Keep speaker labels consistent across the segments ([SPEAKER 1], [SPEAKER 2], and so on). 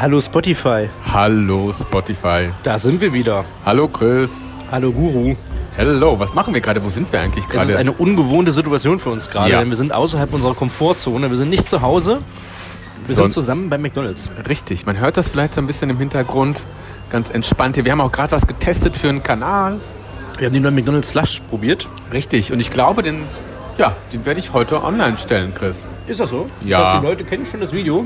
[SPEAKER 1] Hallo Spotify.
[SPEAKER 2] Hallo Spotify.
[SPEAKER 1] Da sind wir wieder.
[SPEAKER 2] Hallo Chris.
[SPEAKER 1] Hallo Guru.
[SPEAKER 2] Hello, was machen wir gerade? Wo sind wir eigentlich
[SPEAKER 1] Es ist
[SPEAKER 2] gerade?
[SPEAKER 1] eine ungewohnte Situation für uns gerade,
[SPEAKER 2] Ja.
[SPEAKER 1] denn wir sind außerhalb unserer Komfortzone. Wir sind nicht zu Hause. Wir
[SPEAKER 2] Son-
[SPEAKER 1] sind zusammen bei McDonalds.
[SPEAKER 2] Richtig, man hört das vielleicht so ein bisschen im Hintergrund. Ganz entspannt hier. Wir haben auch gerade was getestet für einen Kanal.
[SPEAKER 1] Wir haben den neuen McDonalds Slush probiert.
[SPEAKER 2] Richtig, und ich glaube, den, ja, den werde ich heute online stellen, Chris.
[SPEAKER 1] Ist das so?
[SPEAKER 2] Ja.
[SPEAKER 1] Das heißt, die Leute kennen schon das Video.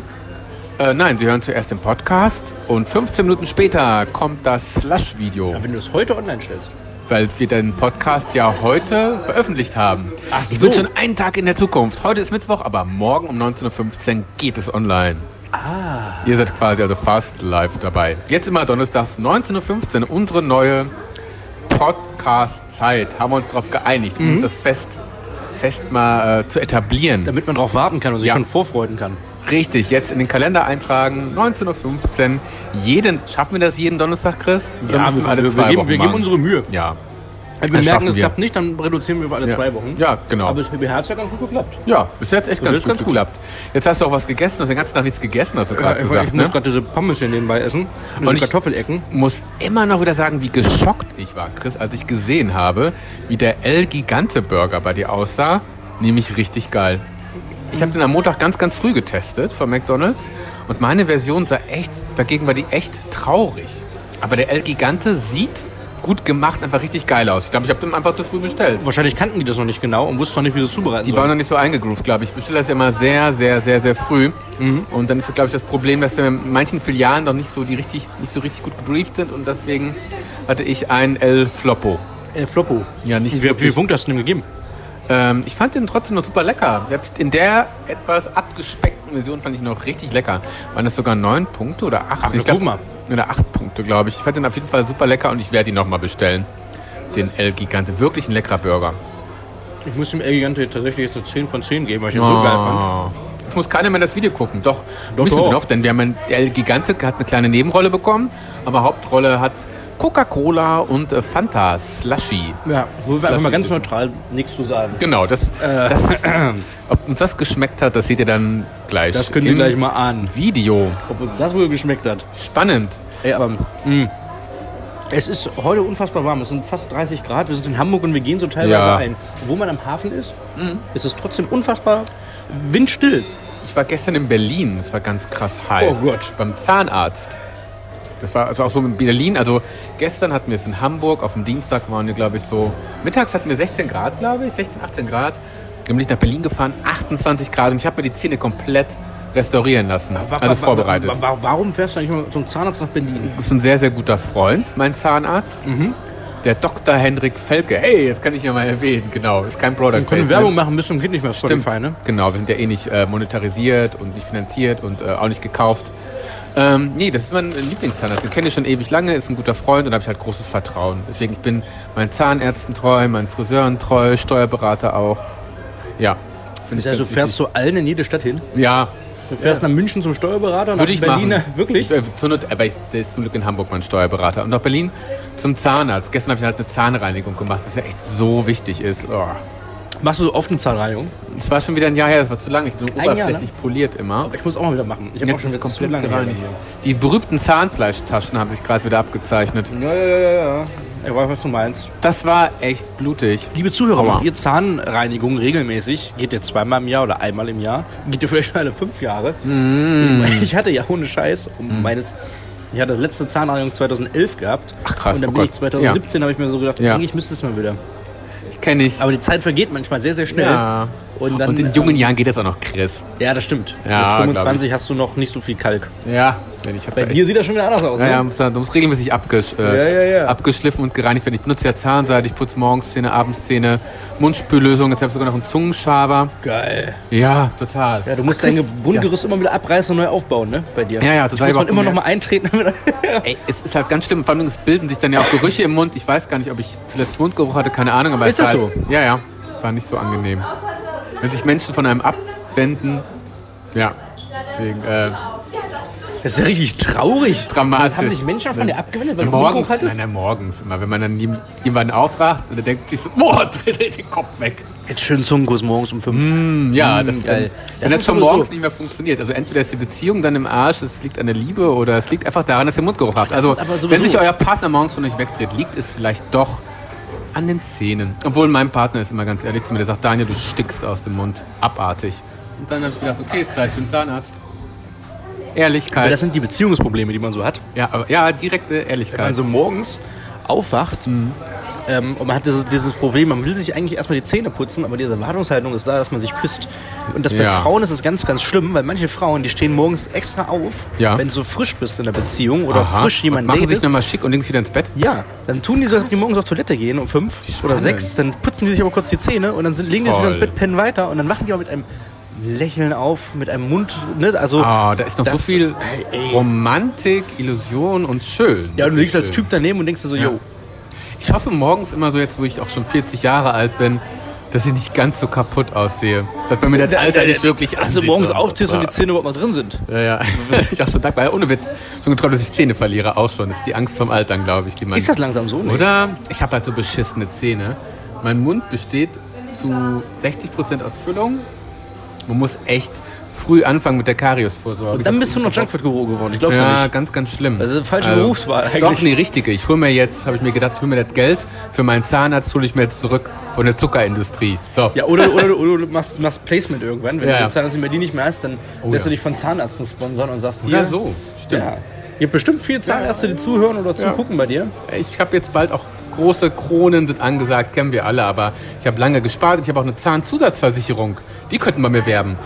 [SPEAKER 2] Äh, nein, Sie hören zuerst den Podcast und 15 Minuten später kommt das Slush-Video,
[SPEAKER 1] Aber wenn du es heute online stellst.
[SPEAKER 2] weil wir den Podcast ja heute veröffentlicht haben.
[SPEAKER 1] Ach
[SPEAKER 2] Ich
[SPEAKER 1] so.
[SPEAKER 2] bin schon einen Tag in der Zukunft. Heute ist Mittwoch, aber morgen um 19.15 Uhr geht es online. Ah. Ihr seid quasi also fast live dabei. Jetzt immer donnerstags 19.15 Uhr, unsere neue Podcast-Zeit. Haben wir uns darauf geeinigt,
[SPEAKER 1] Mhm.
[SPEAKER 2] um uns das fest, fest mal äh, zu etablieren.
[SPEAKER 1] Damit man drauf warten kann und sich
[SPEAKER 2] Ja.
[SPEAKER 1] schon vorfreuen kann.
[SPEAKER 2] Richtig, jetzt in den Kalender eintragen, 19.15 Uhr. Jeden, schaffen wir das jeden Donnerstag, Chris? Oder müssen
[SPEAKER 1] wir, wir, wir, geben, wir geben
[SPEAKER 2] machen?
[SPEAKER 1] unsere Mühe.
[SPEAKER 2] Ja,
[SPEAKER 1] Wenn wir merken,
[SPEAKER 2] Das schaffen
[SPEAKER 1] es
[SPEAKER 2] wir.
[SPEAKER 1] klappt nicht, dann reduzieren wir für alle
[SPEAKER 2] ja.
[SPEAKER 1] zwei Wochen.
[SPEAKER 2] Ja, genau.
[SPEAKER 1] Aber es hat ja ganz gut geklappt.
[SPEAKER 2] ja, bis jetzt echt
[SPEAKER 1] Das
[SPEAKER 2] ganz
[SPEAKER 1] ist
[SPEAKER 2] gut
[SPEAKER 1] ganz gut. Äh,
[SPEAKER 2] geklappt. Jetzt hast du auch was gegessen, hast den ganzen Tag nichts gegessen, hast du gerade
[SPEAKER 1] ich
[SPEAKER 2] gesagt,
[SPEAKER 1] ich muss
[SPEAKER 2] ne?
[SPEAKER 1] gerade diese Pommes hier nebenbei essen. Diese
[SPEAKER 2] Und ich-
[SPEAKER 1] Kartoffelecken.
[SPEAKER 2] Muss immer noch wieder sagen, wie geschockt ich war, Chris, als ich gesehen habe, wie der El Gigante Burger bei dir aussah. Nämlich richtig geil. Ich habe den am Montag ganz, ganz früh getestet von McDonalds und meine Version sah echt, dagegen war die echt traurig. Aber der El Gigante sieht gut gemacht, einfach richtig geil aus. Ich glaube, ich habe den einfach zu früh bestellt.
[SPEAKER 1] Wahrscheinlich kannten die das noch nicht genau und wussten noch nicht, wie sie es zubereiten
[SPEAKER 2] Die waren
[SPEAKER 1] sollen.
[SPEAKER 2] noch nicht so eingegroovt, glaube ich. Ich bestelle das ja immer sehr, sehr, sehr, sehr früh.
[SPEAKER 1] Mhm.
[SPEAKER 2] Und dann ist, glaube ich, das Problem, dass wir in manchen Filialen noch nicht so, die richtig, nicht so richtig gut gebrieft sind. Und deswegen hatte ich einen El Floppo.
[SPEAKER 1] Äh, Floppo.
[SPEAKER 2] Ja, nicht
[SPEAKER 1] wie, wie viel
[SPEAKER 2] wirklich.
[SPEAKER 1] Punkte hast du denn gegeben?
[SPEAKER 2] Ähm, ich fand den trotzdem noch super lecker. Selbst in der etwas abgespeckten Version fand ich ihn noch richtig lecker. Waren das sogar neun Punkte oder acht?
[SPEAKER 1] Ach,
[SPEAKER 2] ich
[SPEAKER 1] guck mal.
[SPEAKER 2] Oder acht Punkte, glaube ich. Ich fand den auf jeden Fall super lecker und ich werde ihn nochmal bestellen. Den El Gigante. Wirklich ein leckerer Burger.
[SPEAKER 1] Ich muss dem El Gigante tatsächlich jetzt eine 10 von 10 geben, weil ich ihn
[SPEAKER 2] Ah.
[SPEAKER 1] so geil fand.
[SPEAKER 2] Jetzt muss keiner mehr das Video gucken. Doch,
[SPEAKER 1] Oh. Doch,
[SPEAKER 2] müssen
[SPEAKER 1] doch.
[SPEAKER 2] sie noch, denn wir haben ein, der Gigante hat eine kleine Nebenrolle bekommen, aber Hauptrolle hat Coca-Cola und äh, Fanta Slushy.
[SPEAKER 1] Ja, wo wir einfach mal
[SPEAKER 2] lassen
[SPEAKER 1] ganz
[SPEAKER 2] wir
[SPEAKER 1] neutral nichts zu sagen.
[SPEAKER 2] Genau, das,
[SPEAKER 1] Äh.
[SPEAKER 2] das ob uns das geschmeckt hat, das seht ihr dann gleich.
[SPEAKER 1] Das könnt ihr
[SPEAKER 2] im
[SPEAKER 1] gleich mal ahnen,
[SPEAKER 2] Video.
[SPEAKER 1] ob uns das wohl geschmeckt hat.
[SPEAKER 2] Spannend.
[SPEAKER 1] Ey, aber mh. es ist heute unfassbar warm. Es sind fast 30 Grad. Wir sind in Hamburg und wir gehen so teilweise
[SPEAKER 2] Ja. Mhm.
[SPEAKER 1] ein. Wo man am Hafen ist, ist es trotzdem unfassbar windstill.
[SPEAKER 2] Ich war gestern in Berlin, es war ganz krass heiß.
[SPEAKER 1] Oh Gott.
[SPEAKER 2] Beim Zahnarzt. Das war also auch so in Berlin. Also gestern hatten wir es in Hamburg, auf dem Dienstag waren wir, glaube ich, so. Mittags hatten wir 16 Grad, glaube ich, 16, 18 Grad. Dann bin ich nach Berlin gefahren, 28 Grad und ich habe mir die Zähne komplett restaurieren lassen.
[SPEAKER 1] Wa-
[SPEAKER 2] Also
[SPEAKER 1] wa- wa-
[SPEAKER 2] vorbereitet.
[SPEAKER 1] wa- wa- Warum fährst du eigentlich mal zum Zahnarzt nach Berlin?
[SPEAKER 2] Das ist ein sehr, sehr guter Freund, mein Zahnarzt.
[SPEAKER 1] Mhm.
[SPEAKER 2] Der Dr. Hendrik Felke. Hey, jetzt kann ich ihn ja mal erwähnen. Genau, ist kein Product.
[SPEAKER 1] Wir können
[SPEAKER 2] Placement.
[SPEAKER 1] Werbung machen, bis zum Kind nicht mehr auf
[SPEAKER 2] Stimmt.
[SPEAKER 1] Spotify, ne?
[SPEAKER 2] Genau, wir sind ja eh nicht äh, monetarisiert und nicht finanziert und äh, auch nicht gekauft. Ähm, nee, das ist mein Lieblingszahnarzt. Den kenne ich schon ewig lange, ist ein guter Freund und habe ich halt großes Vertrauen. Deswegen, ich bin meinen Zahnärzten treu, meinen Friseuren treu, Steuerberater auch. Ja. Finde
[SPEAKER 1] Das heißt, du
[SPEAKER 2] ganz
[SPEAKER 1] also fährst zu allen in jede Stadt hin.
[SPEAKER 2] wichtig. Ja,
[SPEAKER 1] Du fährst nach München zum Steuerberater,
[SPEAKER 2] würde ich
[SPEAKER 1] nach Berliner.
[SPEAKER 2] machen.
[SPEAKER 1] Wirklich?
[SPEAKER 2] Äh, Zur Not, aber ich, der ist zum Glück in Hamburg mein Steuerberater. Und nach Berlin zum Zahnarzt. Gestern habe ich halt eine Zahnreinigung gemacht, was ja echt so wichtig ist. Oh.
[SPEAKER 1] Machst du so oft eine Zahnreinigung?
[SPEAKER 2] Es war schon wieder ein Jahr her, das war zu lang. Ich bin so
[SPEAKER 1] Ein Jahr, ne?
[SPEAKER 2] oberflächlich poliert immer.
[SPEAKER 1] Ich muss auch mal wieder machen. Ich habe auch
[SPEAKER 2] Jetzt
[SPEAKER 1] schon
[SPEAKER 2] ist
[SPEAKER 1] wieder zu
[SPEAKER 2] komplett
[SPEAKER 1] lange
[SPEAKER 2] gereinigt.
[SPEAKER 1] her
[SPEAKER 2] Die berühmten Zahnfleischtaschen haben sich gerade wieder abgezeichnet.
[SPEAKER 1] bei mir. Ja, ja, ja, ja. Ich weiß, was du meinst.
[SPEAKER 2] Das war echt blutig.
[SPEAKER 1] Liebe Zuhörer,
[SPEAKER 2] Aua.
[SPEAKER 1] macht ihr Zahnreinigung regelmäßig? Geht ihr zweimal im Jahr oder einmal im Jahr? Geht ihr vielleicht alle fünf Jahre? Ich, ich hatte ja ohne Scheiß um meines. Ich hatte das letzte Zahnreinigung 2011 gehabt.
[SPEAKER 2] Ach, krass,
[SPEAKER 1] Und dann
[SPEAKER 2] oh
[SPEAKER 1] bin ich
[SPEAKER 2] Gott.
[SPEAKER 1] 2017, habe ich mir so gedacht,
[SPEAKER 2] Ja.
[SPEAKER 1] eigentlich müsste es mal wieder.
[SPEAKER 2] Kenne ich.
[SPEAKER 1] Aber die Zeit vergeht manchmal sehr, sehr schnell.
[SPEAKER 2] ja.
[SPEAKER 1] Und, dann,
[SPEAKER 2] Und in
[SPEAKER 1] ähm,
[SPEAKER 2] jungen Jahren geht das auch noch, Chris.
[SPEAKER 1] Ja, das stimmt.
[SPEAKER 2] Ja, glaub
[SPEAKER 1] Mit 25 hast du noch nicht so viel Kalk.
[SPEAKER 2] Ja. Denn ich hab
[SPEAKER 1] Bei
[SPEAKER 2] da
[SPEAKER 1] dir sieht das schon wieder anders aus.
[SPEAKER 2] Ja, ja,
[SPEAKER 1] ne?
[SPEAKER 2] muss, da- da muss regelmäßig abgesch äh,
[SPEAKER 1] Ja, ja, ja.
[SPEAKER 2] abgeschliffen und gereinigt werden. Ich benutze ja Zahnseife, ich putze morgens Zähne, abends Zähne, Mundspüllösung, jetzt habe ich sogar noch einen Zungenschaber.
[SPEAKER 1] Geil.
[SPEAKER 2] Ja, total.
[SPEAKER 1] Ja, du musst
[SPEAKER 2] Ach,
[SPEAKER 1] dein
[SPEAKER 2] Chris,
[SPEAKER 1] Grundgerüst immer wieder abreißen und neu aufbauen, ne? Bei dir.
[SPEAKER 2] Ja, ja,
[SPEAKER 1] Das
[SPEAKER 2] total
[SPEAKER 1] muss man
[SPEAKER 2] überhaupt
[SPEAKER 1] immer noch
[SPEAKER 2] nicht.
[SPEAKER 1] mal eintreten. damit-
[SPEAKER 2] Ey, es ist halt ganz schlimm. Vor allem, es bilden sich dann ja auch Gerüche im Mund. Ich weiß gar nicht, ob ich zuletzt Mundgeruch hatte, keine Ahnung. Aber
[SPEAKER 1] Ist
[SPEAKER 2] es
[SPEAKER 1] das
[SPEAKER 2] halt, Ja, ja. War nicht so angenehm. Wenn sich Menschen von einem abwenden, ja. Deswegen, äh,
[SPEAKER 1] Das ist ja richtig traurig.
[SPEAKER 2] dramatisch.
[SPEAKER 1] Das haben sich Menschen von dir abgewendet, weil du
[SPEAKER 2] morgens,
[SPEAKER 1] Mundgeruch hattest?
[SPEAKER 2] Nein, nein, morgens immer. Wenn man dann jem- jemanden aufwacht und er denkt sich so, boah, dreht er den Kopf weg.
[SPEAKER 1] Jetzt schön Zungenkuss morgens um 5.
[SPEAKER 2] Ja,
[SPEAKER 3] geil.
[SPEAKER 2] das, geil.
[SPEAKER 1] Das
[SPEAKER 2] Wenn
[SPEAKER 1] ist
[SPEAKER 2] das schon
[SPEAKER 1] sowieso-
[SPEAKER 2] morgens nicht mehr funktioniert. Also entweder ist die Beziehung dann im Arsch, es liegt an der Liebe oder es liegt einfach daran, dass ihr Mundgeruch habt. Also
[SPEAKER 1] aber sowieso-
[SPEAKER 2] wenn sich euer Partner morgens von euch wegdreht, liegt es vielleicht doch an den Zähnen. Obwohl mein Partner ist immer ganz ehrlich zu mir, der sagt, Daniel, du stickst aus dem Mund, abartig. Und dann habe ich gedacht, okay, ist Zeit für den Zahnarzt. Ehrlichkeit.
[SPEAKER 1] Aber das sind die Beziehungsprobleme, die man so hat.
[SPEAKER 2] ja, aber, ja, direkte
[SPEAKER 1] Wenn man
[SPEAKER 2] Ehrlichkeit.
[SPEAKER 1] so morgens aufwacht
[SPEAKER 2] Mhm.
[SPEAKER 1] ähm, und man hat dieses, dieses Problem, man will sich eigentlich erstmal die Zähne putzen, aber diese Erwartungshaltung ist da, dass man sich küsst. Und das bei
[SPEAKER 2] Ja.
[SPEAKER 1] Frauen ist es ganz, ganz schlimm, weil manche Frauen, die stehen morgens extra auf,
[SPEAKER 2] Ja.
[SPEAKER 1] wenn du so frisch bist in der Beziehung oder
[SPEAKER 2] Aha.
[SPEAKER 1] frisch
[SPEAKER 2] Und
[SPEAKER 1] jemanden
[SPEAKER 2] machen sich
[SPEAKER 1] datest.
[SPEAKER 2] nochmal schick und legen sich wieder ins Bett.
[SPEAKER 1] Ja, dann tun die so, dass die morgens auf Toilette gehen um fünf oder sechs, dann putzen die sich aber kurz die Zähne und dann sind, legen die sich wieder ins
[SPEAKER 2] Toll.
[SPEAKER 1] Bett, pennen weiter und dann wachen die aber mit einem Lächeln auf, mit einem Mund, ne, also...
[SPEAKER 2] Ah, da ist noch so
[SPEAKER 1] das-
[SPEAKER 2] viel
[SPEAKER 1] Ey, ey.
[SPEAKER 2] Romantik, Illusion und schön.
[SPEAKER 1] Ja, und du liegst als
[SPEAKER 2] Schön.
[SPEAKER 1] Typ daneben und denkst dir so,
[SPEAKER 2] Ja.
[SPEAKER 1] jo,
[SPEAKER 2] Ich hoffe morgens immer so, jetzt wo ich auch schon 40 Jahre alt bin, dass ich nicht ganz so kaputt aussehe. Dass man mir das Alter nicht wirklich Ah.
[SPEAKER 1] Dass du
[SPEAKER 2] ansieht.
[SPEAKER 1] morgens aufstehst und die
[SPEAKER 2] Ja.
[SPEAKER 1] Zähne überhaupt noch drin sind.
[SPEAKER 2] Ja, ja. Ich hab schon dankbar. Ohne Witz. Schon geträumt, dass ich Zähne verliere. Auch schon. Das ist die Angst vom Altern, glaube ich. Die man
[SPEAKER 1] Ist das langsam so? Nee.
[SPEAKER 2] Oder? Ich habe halt so beschissene Zähne. Mein Mund besteht zu 60% aus Füllung. Man muss echt früh anfangen mit der Kariesvorsorge.
[SPEAKER 1] Und dann bist du noch Junkfood-Guru geworden. Ich glaub's ja
[SPEAKER 2] Ja,
[SPEAKER 1] nicht.
[SPEAKER 2] ganz, ganz schlimm. Also,
[SPEAKER 1] Das ist eine falsche Berufswahl eigentlich.
[SPEAKER 2] Doch, nee, richtige. Ich hole mir jetzt, habe ich mir gedacht, ich hole mir das Geld für meinen Zahnarzt, hole ich mir jetzt zurück von der Zuckerindustrie. So.
[SPEAKER 1] Ja, oder, oder, du- oder du machst, machst Placement irgendwann. Wenn
[SPEAKER 2] Ja,
[SPEAKER 1] du
[SPEAKER 2] ja.
[SPEAKER 1] den Zahnarzt nicht mehr die nicht mehr hast, dann lässt du
[SPEAKER 2] ja.
[SPEAKER 1] dich von Zahnärzten sponsern und sagst dir.
[SPEAKER 2] Oder so. Stimmt.
[SPEAKER 1] Ja. Ihr habt bestimmt viele Zahnärzte, die zuhören oder zugucken bei dir.
[SPEAKER 2] Ich habe jetzt bald auch große Kronen sind angesagt, kennen wir alle, aber ich habe lange gespart. Ich habe auch eine Zahnzusatzversicherung. Die könnten bei mir werben.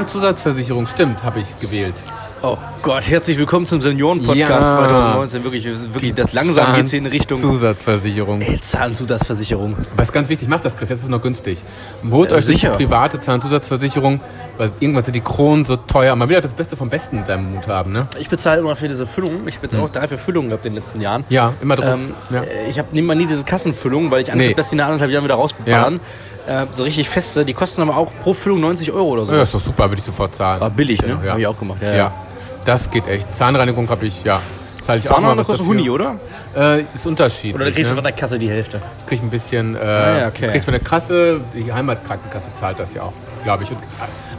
[SPEAKER 2] Zahnzusatzversicherung, stimmt, habe ich gewählen.
[SPEAKER 1] Oh Gott, herzlich willkommen zum Senioren-Podcast
[SPEAKER 2] Ja.
[SPEAKER 1] 2019. Wirklich, wirklich das langsam geht's hier in Richtung
[SPEAKER 2] Zusatzversicherung.
[SPEAKER 1] Ey, Zahnzusatzversicherung.
[SPEAKER 2] Aber ist ganz wichtig, macht das, Chris, jetzt ist noch günstig. Holt
[SPEAKER 1] Äh,
[SPEAKER 2] euch
[SPEAKER 1] sicher.
[SPEAKER 2] sicher. private Zahnzusatzversicherung, weil irgendwann sind die Kronen so teuer. Man will ja das Beste vom Besten in seinem Mund haben, ne?
[SPEAKER 1] Ich bezahle immer für diese Füllung. Ich habe jetzt
[SPEAKER 2] Hm.
[SPEAKER 1] auch drei, vier Füllungen gehabt in den letzten Jahren.
[SPEAKER 2] Ja, immer drauf.
[SPEAKER 1] Ähm,
[SPEAKER 2] ja.
[SPEAKER 1] äh, Ich habe nehme mal nie diese Kassenfüllung, weil ich Angst
[SPEAKER 2] Nee.
[SPEAKER 1] habe, dass die nach anderthalb Jahren wieder rausballern. Äh, so richtig feste. Die kosten aber auch pro Füllung 90 Euro oder so.
[SPEAKER 2] ja, ist doch super, würde ich sofort zahlen.
[SPEAKER 1] War billig, ne?
[SPEAKER 2] Genau, Ja.
[SPEAKER 1] Habe ich auch gemacht.
[SPEAKER 2] ja. das geht echt. Zahnreinigung habe ich, ja. Zahle ich
[SPEAKER 1] Das war mal eine
[SPEAKER 2] was
[SPEAKER 1] große
[SPEAKER 2] dafür.
[SPEAKER 1] Huni, oder?
[SPEAKER 2] Äh, ist unterschiedlich.
[SPEAKER 1] Oder da kriegst du
[SPEAKER 2] ne?
[SPEAKER 1] von der Kasse die Hälfte.
[SPEAKER 2] krieg ein bisschen, äh,
[SPEAKER 1] Ah ja, okay.
[SPEAKER 2] krieg von der Kasse, die Heimatkrankenkasse zahlt das ja auch, glaube ich. Und äh,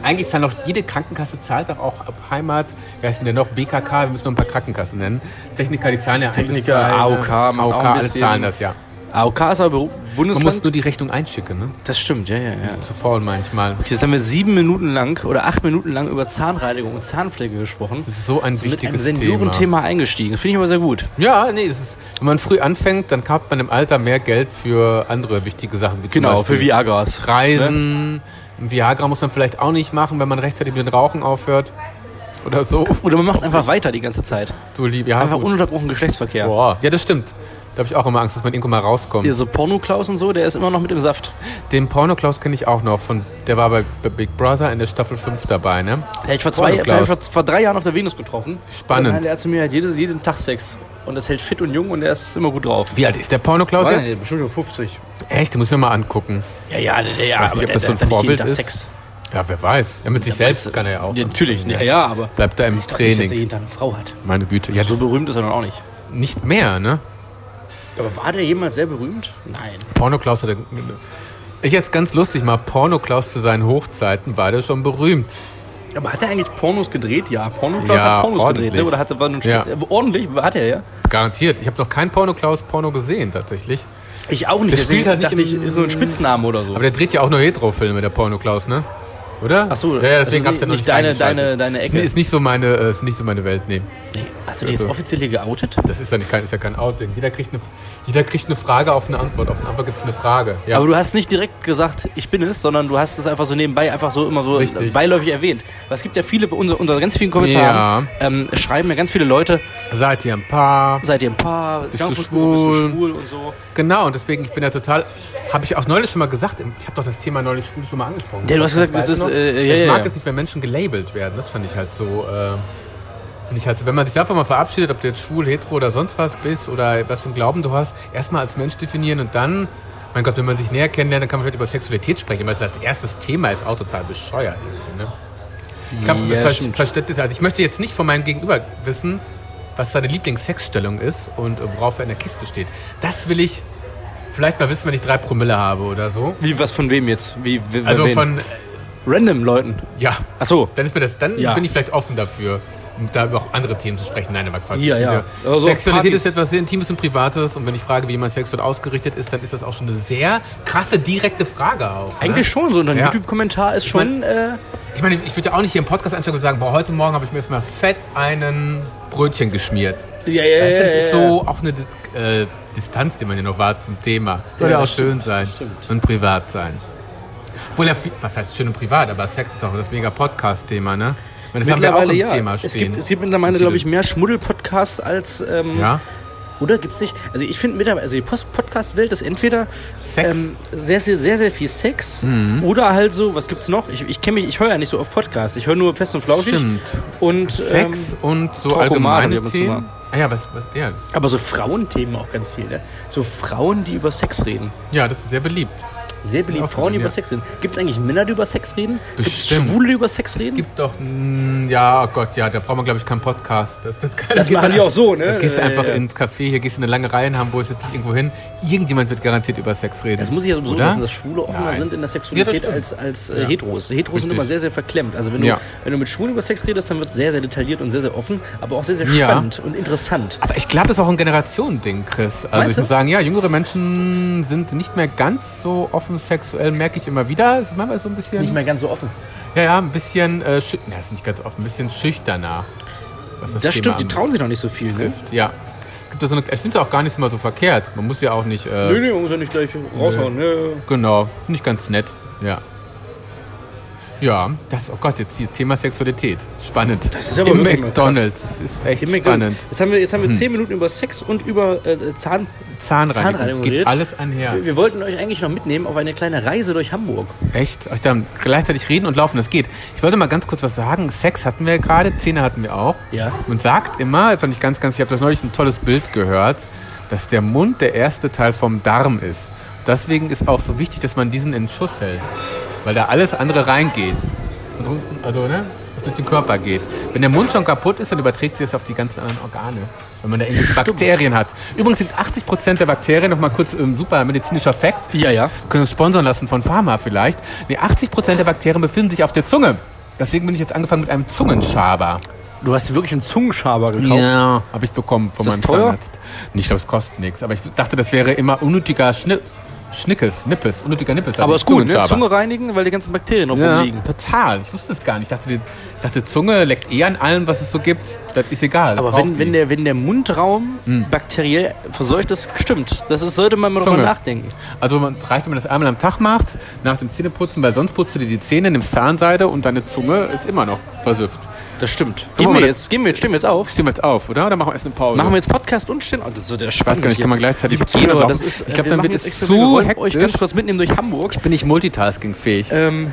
[SPEAKER 2] eigentlich zahlt auch jede Krankenkasse zahlt doch auch ab Heimat, wer ist denn der noch? BKK, wir müssen noch ein paar Krankenkassen nennen. Techniker, die zahlen ja eigentlich
[SPEAKER 1] Techniker,
[SPEAKER 2] alle,
[SPEAKER 1] AOK, macht
[SPEAKER 2] AOK,
[SPEAKER 1] auch ein
[SPEAKER 2] alle
[SPEAKER 1] bisschen.
[SPEAKER 2] zahlen das ja.
[SPEAKER 1] AOK ist aber Beru-
[SPEAKER 2] Man muss
[SPEAKER 1] Bundesland.
[SPEAKER 2] nur die Rechnung einschicken, ne?
[SPEAKER 1] Das stimmt, ja, ja, ja.
[SPEAKER 2] Zu faul manchmal.
[SPEAKER 1] Okay, jetzt haben wir sieben Minuten lang oder acht Minuten lang über Zahnreinigung und Zahnpflege gesprochen.
[SPEAKER 2] Das ist so ein
[SPEAKER 1] Mit einem
[SPEAKER 2] wichtiges Thema.
[SPEAKER 1] Seniorenthema eingestiegen. Das finde ich aber sehr gut.
[SPEAKER 2] Ja, nee, es ist, wenn man früh anfängt, dann hat man im Alter mehr Geld für andere wichtige Sachen. Wie zum
[SPEAKER 1] Genau,
[SPEAKER 2] Beispiel
[SPEAKER 1] für Viagras.
[SPEAKER 2] Reisen.
[SPEAKER 1] Ne?
[SPEAKER 2] Ein Viagra muss man vielleicht auch nicht machen, wenn man rechtzeitig mit dem Rauchen aufhört. Oder so.
[SPEAKER 1] Oder man macht einfach weiter die ganze Zeit.
[SPEAKER 2] Du lieb, ja.
[SPEAKER 1] Einfach
[SPEAKER 2] gut.
[SPEAKER 1] ununterbrochen Geschlechtsverkehr.
[SPEAKER 2] Boah. Ja, das stimmt. Da habe ich auch immer Angst, dass man irgendwann mal rauskommt.
[SPEAKER 1] Hier so Porno-Klaus und so, der ist immer noch mit im Saft.
[SPEAKER 2] Den Porno-Klaus kenne ich auch noch. Von, der war bei B- Big Brother in der Staffel 5 dabei, ne?
[SPEAKER 1] Ja, ich war zwei,
[SPEAKER 2] Porno-Klaus.
[SPEAKER 1] ich war vor drei Jahren auf der Venus getroffen.
[SPEAKER 2] Spannend.
[SPEAKER 1] Und Der hat zu mir halt jedes, jeden Tag Sex. Und das hält fit und jung und der ist immer gut drauf.
[SPEAKER 2] Wie alt ist der Porno-Klaus
[SPEAKER 1] Weiß
[SPEAKER 2] jetzt?
[SPEAKER 1] nicht, bestimmt nur 50.
[SPEAKER 2] Echt, den muss ich mir mal angucken.
[SPEAKER 1] Ja, ja, ja, ja
[SPEAKER 2] Weiß nicht, ob das so ein
[SPEAKER 1] hat nicht jeden
[SPEAKER 2] Vorbild
[SPEAKER 1] Tag
[SPEAKER 2] ist.
[SPEAKER 1] Sex.
[SPEAKER 2] Ja, wer weiß. Ja, mit sich selbst kann er ja auch.
[SPEAKER 1] Ja, natürlich, ja, ja, aber
[SPEAKER 2] Bleibt da im
[SPEAKER 1] nicht, dass er
[SPEAKER 2] Training.
[SPEAKER 1] jeden Tag eine Frau hat.
[SPEAKER 2] Meine Güte. Ja,
[SPEAKER 1] So
[SPEAKER 2] das-
[SPEAKER 1] berühmt ist er dann auch nicht.
[SPEAKER 2] nicht mehr, ne?
[SPEAKER 1] Aber war der jemals sehr berühmt? Nein.
[SPEAKER 2] Porno-Klaus hat... Ich jetzt ganz lustig mal, Porno-Klaus zu seinen Hochzeiten war der schon berühmt.
[SPEAKER 1] Aber hat er eigentlich Pornos gedreht? Ja, Pornoklaus
[SPEAKER 2] Ja,
[SPEAKER 1] hat Pornos gedreht.
[SPEAKER 2] ordentlich.
[SPEAKER 1] Ne? Oder hatte, war nun
[SPEAKER 2] Ja.
[SPEAKER 1] ordentlich, hat er ja.
[SPEAKER 2] Garantiert. Ich habe noch keinen Porno-Klaus-Porno gesehen, tatsächlich.
[SPEAKER 1] Ich auch nicht.
[SPEAKER 2] Der spielt halt nicht
[SPEAKER 1] dachte ich, hm.
[SPEAKER 2] im-
[SPEAKER 1] ist so ein Spitzname oder so.
[SPEAKER 2] Aber der dreht ja auch nur Hetero-Filme, der Porno-Klaus, ne? Oder?
[SPEAKER 1] Ach so,
[SPEAKER 2] ja,
[SPEAKER 1] das ist
[SPEAKER 2] deswegen hab ich da noch
[SPEAKER 1] nicht
[SPEAKER 2] nicht
[SPEAKER 1] deine-
[SPEAKER 2] reingeschaltet.
[SPEAKER 1] deine- deine
[SPEAKER 2] Ist
[SPEAKER 1] Ecke.
[SPEAKER 2] ni- Ist nicht so meine, äh, ist nicht so meine Welt, nee.
[SPEAKER 1] Hast du dich jetzt offiziell hier geoutet?
[SPEAKER 2] Das ist ja, nicht, kein- ist ja kein Outing. Jeder kriegt, eine, jeder kriegt eine Frage auf eine Antwort. Auf eine Antwort gibt's eine Frage. Ja.
[SPEAKER 1] Aber du hast nicht direkt gesagt, ich bin es, sondern du hast es einfach so nebenbei, einfach so immer so
[SPEAKER 2] Richtig.
[SPEAKER 1] beiläufig erwähnt. Weil es gibt ja viele, unter, unter ganz vielen Kommentaren, ähm, schreiben ja ganz viele Leute,
[SPEAKER 2] Seid ihr ein Paar?
[SPEAKER 1] seid ihr ein Paar,
[SPEAKER 2] Bist du
[SPEAKER 1] Jungfrau, bist du schwul und so.
[SPEAKER 2] Genau, und deswegen, ich bin ja total. Habe ich auch neulich schon mal gesagt. Ich habe doch das Thema neulich schwul schon mal angesprochen.
[SPEAKER 1] Ja, du hast gesagt,
[SPEAKER 2] Weißt
[SPEAKER 1] das ist,
[SPEAKER 2] noch?
[SPEAKER 1] äh, ja,
[SPEAKER 2] ich
[SPEAKER 1] ja,
[SPEAKER 2] mag
[SPEAKER 1] ja.
[SPEAKER 2] es nicht, wenn Menschen gelabelt werden. Das fand ich halt so. Äh, finde ich halt so. Wenn man sich einfach mal verabschiedet, ob du jetzt schwul, hetero oder sonst was bist oder was für einen Glauben du hast, erstmal als Mensch definieren und dann. Mein Gott, wenn man sich näher kennenlernt, dann kann man vielleicht über Sexualität sprechen, weil das als erstes Thema ist auch total bescheuert. Irgendwie, ne? Ich habe
[SPEAKER 1] Ja,
[SPEAKER 2] Ver
[SPEAKER 1] stimmt.
[SPEAKER 2] Verständnis. Also ich möchte jetzt nicht von meinem Gegenüber wissen, was seine Lieblingssexstellung ist und äh, worauf er in der Kiste steht. Das will ich vielleicht mal wissen, wenn ich drei Promille habe oder so.
[SPEAKER 1] Wie, was von wem jetzt? Wie, wie
[SPEAKER 2] Also
[SPEAKER 1] wen?
[SPEAKER 2] von, äh,
[SPEAKER 1] random Leuten.
[SPEAKER 2] ja,
[SPEAKER 1] Ach so.
[SPEAKER 2] dann ist mir das, dann
[SPEAKER 1] Ja.
[SPEAKER 2] bin ich vielleicht offen dafür, um da über auch andere Themen zu sprechen. Nein, aber Quatsch.
[SPEAKER 1] Ja,
[SPEAKER 2] Ich finde,
[SPEAKER 1] ja. Also
[SPEAKER 2] Sexualität
[SPEAKER 1] Partys.
[SPEAKER 2] ist etwas sehr Intimes und Privates und wenn ich frage, wie jemand sexuell ausgerichtet ist, dann ist das auch schon eine sehr krasse, direkte Frage auch. ne?
[SPEAKER 1] Eigentlich schon, so ein
[SPEAKER 2] Ja.
[SPEAKER 1] YouTube-Kommentar ist schon. äh,
[SPEAKER 2] Ich meine, ich würde ja auch nicht hier im Podcast einsteigen und sagen, boah, heute Morgen habe ich mir erstmal fett einen Brötchen geschmiert.
[SPEAKER 1] ja, ja,
[SPEAKER 2] Weißt du,
[SPEAKER 1] ja,
[SPEAKER 2] das ist
[SPEAKER 1] Äh, ja,
[SPEAKER 2] so auch eine äh, Distanz, die man ja noch wahrt zum Thema. Soll ja,
[SPEAKER 1] Ja,
[SPEAKER 2] auch
[SPEAKER 1] das
[SPEAKER 2] schön
[SPEAKER 1] stimmt,
[SPEAKER 2] sein
[SPEAKER 1] stimmt.
[SPEAKER 2] und privat sein. Obwohl ja, viel- was heißt schön und privat, aber Sex ist auch das mega Podcast-Thema, ne? Ich meine, Das haben wir auch
[SPEAKER 1] Mittlerweile
[SPEAKER 2] im
[SPEAKER 1] ja.
[SPEAKER 2] Thema
[SPEAKER 1] es,
[SPEAKER 2] stehen.
[SPEAKER 1] gibt, es gibt mittlerweile,
[SPEAKER 2] Titel.
[SPEAKER 1] glaube ich, mehr Schmuddel-Podcasts als. Ähm,
[SPEAKER 2] ja?
[SPEAKER 1] Oder gibt es nicht? Also, ich finde mittlerweile, also die Post- Podcast-Welt ist entweder
[SPEAKER 2] Sex. Mhm.
[SPEAKER 1] ähm, sehr, sehr, sehr, sehr viel Sex oder halt so, was gibt's noch? Ich, ich kenne mich, ich höre ja nicht so auf Podcasts. Ich höre nur fest und flauschig.
[SPEAKER 2] Stimmt.
[SPEAKER 1] Und,
[SPEAKER 2] Sex
[SPEAKER 1] Ähm,
[SPEAKER 2] und so
[SPEAKER 1] Trocomane,
[SPEAKER 2] allgemeine
[SPEAKER 1] wie man es so
[SPEAKER 2] Themen.
[SPEAKER 1] macht.
[SPEAKER 2] Ah, ja, was, was, ja, das,
[SPEAKER 1] aber so Frauenthemen auch ganz viel, ne? So Frauen, die über Sex reden.
[SPEAKER 2] ja, das ist sehr beliebt.
[SPEAKER 1] Sehr beliebt.
[SPEAKER 2] Auch
[SPEAKER 1] Frauen, die
[SPEAKER 2] gesehen,
[SPEAKER 1] über Sex
[SPEAKER 2] ja.
[SPEAKER 1] reden. Gibt es eigentlich Männer, die über Sex reden? Gibt es
[SPEAKER 2] Bestimmt.
[SPEAKER 1] Schwule, die über Sex
[SPEAKER 2] Es
[SPEAKER 1] reden?
[SPEAKER 2] gibt doch, mm, ja, oh Gott, ja, da braucht man, glaube ich, keinen Podcast. Das, das, kann-
[SPEAKER 1] Das machen die auch so, ne?
[SPEAKER 2] Da gehst du
[SPEAKER 1] Ja, ja,
[SPEAKER 2] einfach
[SPEAKER 1] ja.
[SPEAKER 2] ins Café, hier gehst du in eine lange Reihe in Hamburg, sitzt dich irgendwo hin. Irgendjemand wird garantiert über Sex reden.
[SPEAKER 1] Das muss ich ja sowieso
[SPEAKER 2] Oder?
[SPEAKER 1] wissen, dass Schwule offener
[SPEAKER 2] Nein.
[SPEAKER 1] sind in der
[SPEAKER 2] Ja, das
[SPEAKER 1] Sexualität
[SPEAKER 2] stimmt.
[SPEAKER 1] als, als äh,
[SPEAKER 2] Ja.
[SPEAKER 1] Heteros. Heteros sind
[SPEAKER 2] Richtig.
[SPEAKER 1] immer sehr, sehr verklemmt. Also wenn du,
[SPEAKER 2] Ja.
[SPEAKER 1] wenn du mit Schwulen über Sex redest, dann wird es sehr, sehr detailliert und sehr, sehr offen, aber auch sehr, sehr
[SPEAKER 2] Ja.
[SPEAKER 1] spannend und interessant.
[SPEAKER 2] Aber ich glaube, das ist auch ein Generationending, Chris. Also
[SPEAKER 1] Meinst
[SPEAKER 2] ich
[SPEAKER 1] du?
[SPEAKER 2] muss sagen, ja, jüngere Menschen sind nicht mehr ganz so offen sexuell, merke ich immer wieder. Es ist manchmal so ein
[SPEAKER 1] Nicht
[SPEAKER 2] bisschen,
[SPEAKER 1] mehr ganz so offen.
[SPEAKER 2] ja, ja, ein bisschen, äh, schü- na, ist nicht ganz offen, ein bisschen schüchterner. Was
[SPEAKER 1] Das stimmt, die
[SPEAKER 2] anbelangt.
[SPEAKER 1] trauen sich noch nicht so viel, ne?
[SPEAKER 2] trifft. Ja. Gibt es so eine, ich finde es auch gar nicht mal so verkehrt. Man muss ja auch nicht. Äh,
[SPEAKER 1] Nö, nö, man muss ja nicht gleich raushauen. ne? Nö.
[SPEAKER 2] Genau. Finde ich ganz nett. Ja. Ja, das, oh Gott, jetzt hier Thema Sexualität. Spannend.
[SPEAKER 1] Das ist aber
[SPEAKER 2] Im
[SPEAKER 1] wirklich mal krass.
[SPEAKER 2] McDonalds. Ist echt
[SPEAKER 1] Im
[SPEAKER 2] spannend. Hm.
[SPEAKER 1] McDonald's. Jetzt haben wir, jetzt haben wir zehn Minuten über Sex und über äh, Zahn.
[SPEAKER 2] Zahnreinigung.
[SPEAKER 1] Zahnreinigung
[SPEAKER 2] Geht
[SPEAKER 1] geredet.
[SPEAKER 2] alles einher.
[SPEAKER 1] Wir, wir wollten euch eigentlich noch mitnehmen auf eine kleine Reise durch Hamburg.
[SPEAKER 2] Echt? Ach, dann gleichzeitig reden und laufen, das geht. Ich wollte mal ganz kurz was sagen. Sex hatten wir gerade, Zähne hatten wir auch.
[SPEAKER 1] Ja.
[SPEAKER 2] Und sagt immer, fand ich ganz, ganz, ich habe das neulich ein tolles Bild gehört, dass der Mund der erste Teil vom Darm ist. Deswegen ist auch so wichtig, dass man diesen in Schuss hält, weil da alles andere reingeht. Und unten, also, ne? Was durch den Körper geht. Wenn der Mund schon kaputt ist, dann überträgt sich das auf die ganzen anderen Organe. Wenn man da irgendwie Bakterien hat. Übrigens sind 80% der Bakterien, nochmal kurz ähm, super medizinischer Fakt,
[SPEAKER 1] Ja, ja.
[SPEAKER 2] können uns sponsern lassen von Pharma vielleicht. Nee, 80% der Bakterien befinden sich auf der Zunge. Deswegen bin ich jetzt angefangen mit einem Zungenschaber.
[SPEAKER 1] Du hast wirklich einen Zungenschaber gekauft.
[SPEAKER 2] Habe ich bekommen von
[SPEAKER 1] Ist das
[SPEAKER 2] meinem
[SPEAKER 1] teuer?
[SPEAKER 2] Zahnarzt. Nee, Ich glaube, es kostet nichts. Aber ich dachte, das wäre immer unnötiger Schnipp. Schnickes, Nippes, unnötiger Nippes. Also
[SPEAKER 1] Aber ist gut, ne?
[SPEAKER 2] Zungenschaber.
[SPEAKER 1] Zunge reinigen, weil die ganzen Bakterien noch
[SPEAKER 2] Ja,
[SPEAKER 1] rumliegen.
[SPEAKER 2] total. Ich wusste es gar nicht. Ich dachte, die, ich dachte, Zunge leckt eh an allem, was es so gibt. Das ist egal.
[SPEAKER 1] Aber
[SPEAKER 2] Braucht
[SPEAKER 1] wenn, wenn,
[SPEAKER 2] die. Hm.
[SPEAKER 1] der, wenn der Mundraum bakteriell verseucht ist, stimmt. Das ist, sollte man mal drüber
[SPEAKER 2] Zunge.
[SPEAKER 1] nachdenken.
[SPEAKER 2] Also man reicht, wenn man das einmal am Tag macht, nach dem Zähneputzen, weil sonst putzt du dir die Zähne, nimmst Zahnseide und deine Zunge ist immer noch versüfft.
[SPEAKER 1] Das stimmt.
[SPEAKER 2] So,
[SPEAKER 1] Gehen
[SPEAKER 2] machen
[SPEAKER 1] wir
[SPEAKER 2] wir
[SPEAKER 1] jetzt, gehen wir, stehen wir jetzt auf.
[SPEAKER 2] Stimmen wir jetzt auf, oder? Oder machen wir erst eine Pause?
[SPEAKER 1] Machen wir jetzt Podcast und stehen. Oh, das wird ja
[SPEAKER 2] ich weiß
[SPEAKER 1] spannend.
[SPEAKER 2] gar nicht,
[SPEAKER 1] hier.
[SPEAKER 2] kann man gleichzeitig
[SPEAKER 1] Liebe
[SPEAKER 2] gehen
[SPEAKER 1] Zuhörer,
[SPEAKER 2] oder
[SPEAKER 1] das
[SPEAKER 2] auch-
[SPEAKER 1] ist,
[SPEAKER 2] Ich glaube,
[SPEAKER 1] wir
[SPEAKER 2] dann
[SPEAKER 1] machen
[SPEAKER 2] wird
[SPEAKER 1] jetzt
[SPEAKER 2] es
[SPEAKER 1] extra- wir
[SPEAKER 2] so
[SPEAKER 1] wollen euch ganz
[SPEAKER 2] hektisch.
[SPEAKER 1] kurz mitnehmen durch Hamburg.
[SPEAKER 2] Bin ich multitaskingfähig?
[SPEAKER 1] Ähm,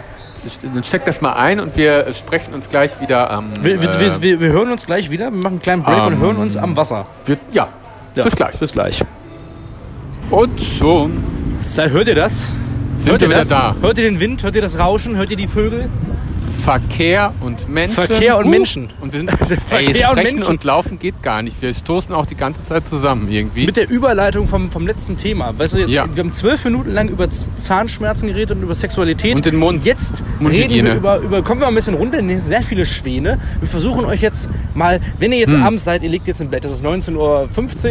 [SPEAKER 2] Dann steckt das mal ein und wir sprechen uns gleich wieder am.
[SPEAKER 1] wir, wir,
[SPEAKER 2] äh,
[SPEAKER 1] wir, wir, wir hören uns gleich wieder. Wir machen einen kleinen Break
[SPEAKER 2] Ähm,
[SPEAKER 1] und hören uns am Wasser.
[SPEAKER 2] wir- ja.
[SPEAKER 1] Ja,
[SPEAKER 2] bis gleich.
[SPEAKER 1] Bis gleich.
[SPEAKER 2] Und schon
[SPEAKER 1] Sei, hört ihr das?
[SPEAKER 2] sind
[SPEAKER 1] hört
[SPEAKER 2] wir
[SPEAKER 1] ihr
[SPEAKER 2] wieder
[SPEAKER 1] das?
[SPEAKER 2] da.
[SPEAKER 1] Hört ihr den Wind? Hört ihr das Rauschen? Hört ihr die Vögel?
[SPEAKER 2] Verkehr und Menschen. Uh.
[SPEAKER 1] Verkehr und Menschen.
[SPEAKER 2] Und wir sind. Verkehr
[SPEAKER 1] und
[SPEAKER 2] ey, sprechen und,
[SPEAKER 1] Menschen.
[SPEAKER 2] laufen geht gar nicht. Wir stoßen auch die ganze Zeit zusammen irgendwie.
[SPEAKER 1] Mit der Überleitung vom, vom letzten Thema. Weißt du, jetzt,
[SPEAKER 2] Ja.
[SPEAKER 1] wir haben zwölf Minuten lang über Z- Zahnschmerzen geredet und über Sexualität.
[SPEAKER 2] Und den Mund.
[SPEAKER 1] Jetzt reden
[SPEAKER 2] Mundhygiene.
[SPEAKER 1] wir über, über, kommen wir mal ein bisschen runter, denn hier sind sehr viele Schwäne. Wir versuchen euch jetzt mal, wenn ihr jetzt
[SPEAKER 2] Hm.
[SPEAKER 1] abends seid, ihr liegt jetzt im Bett, das ist 19.15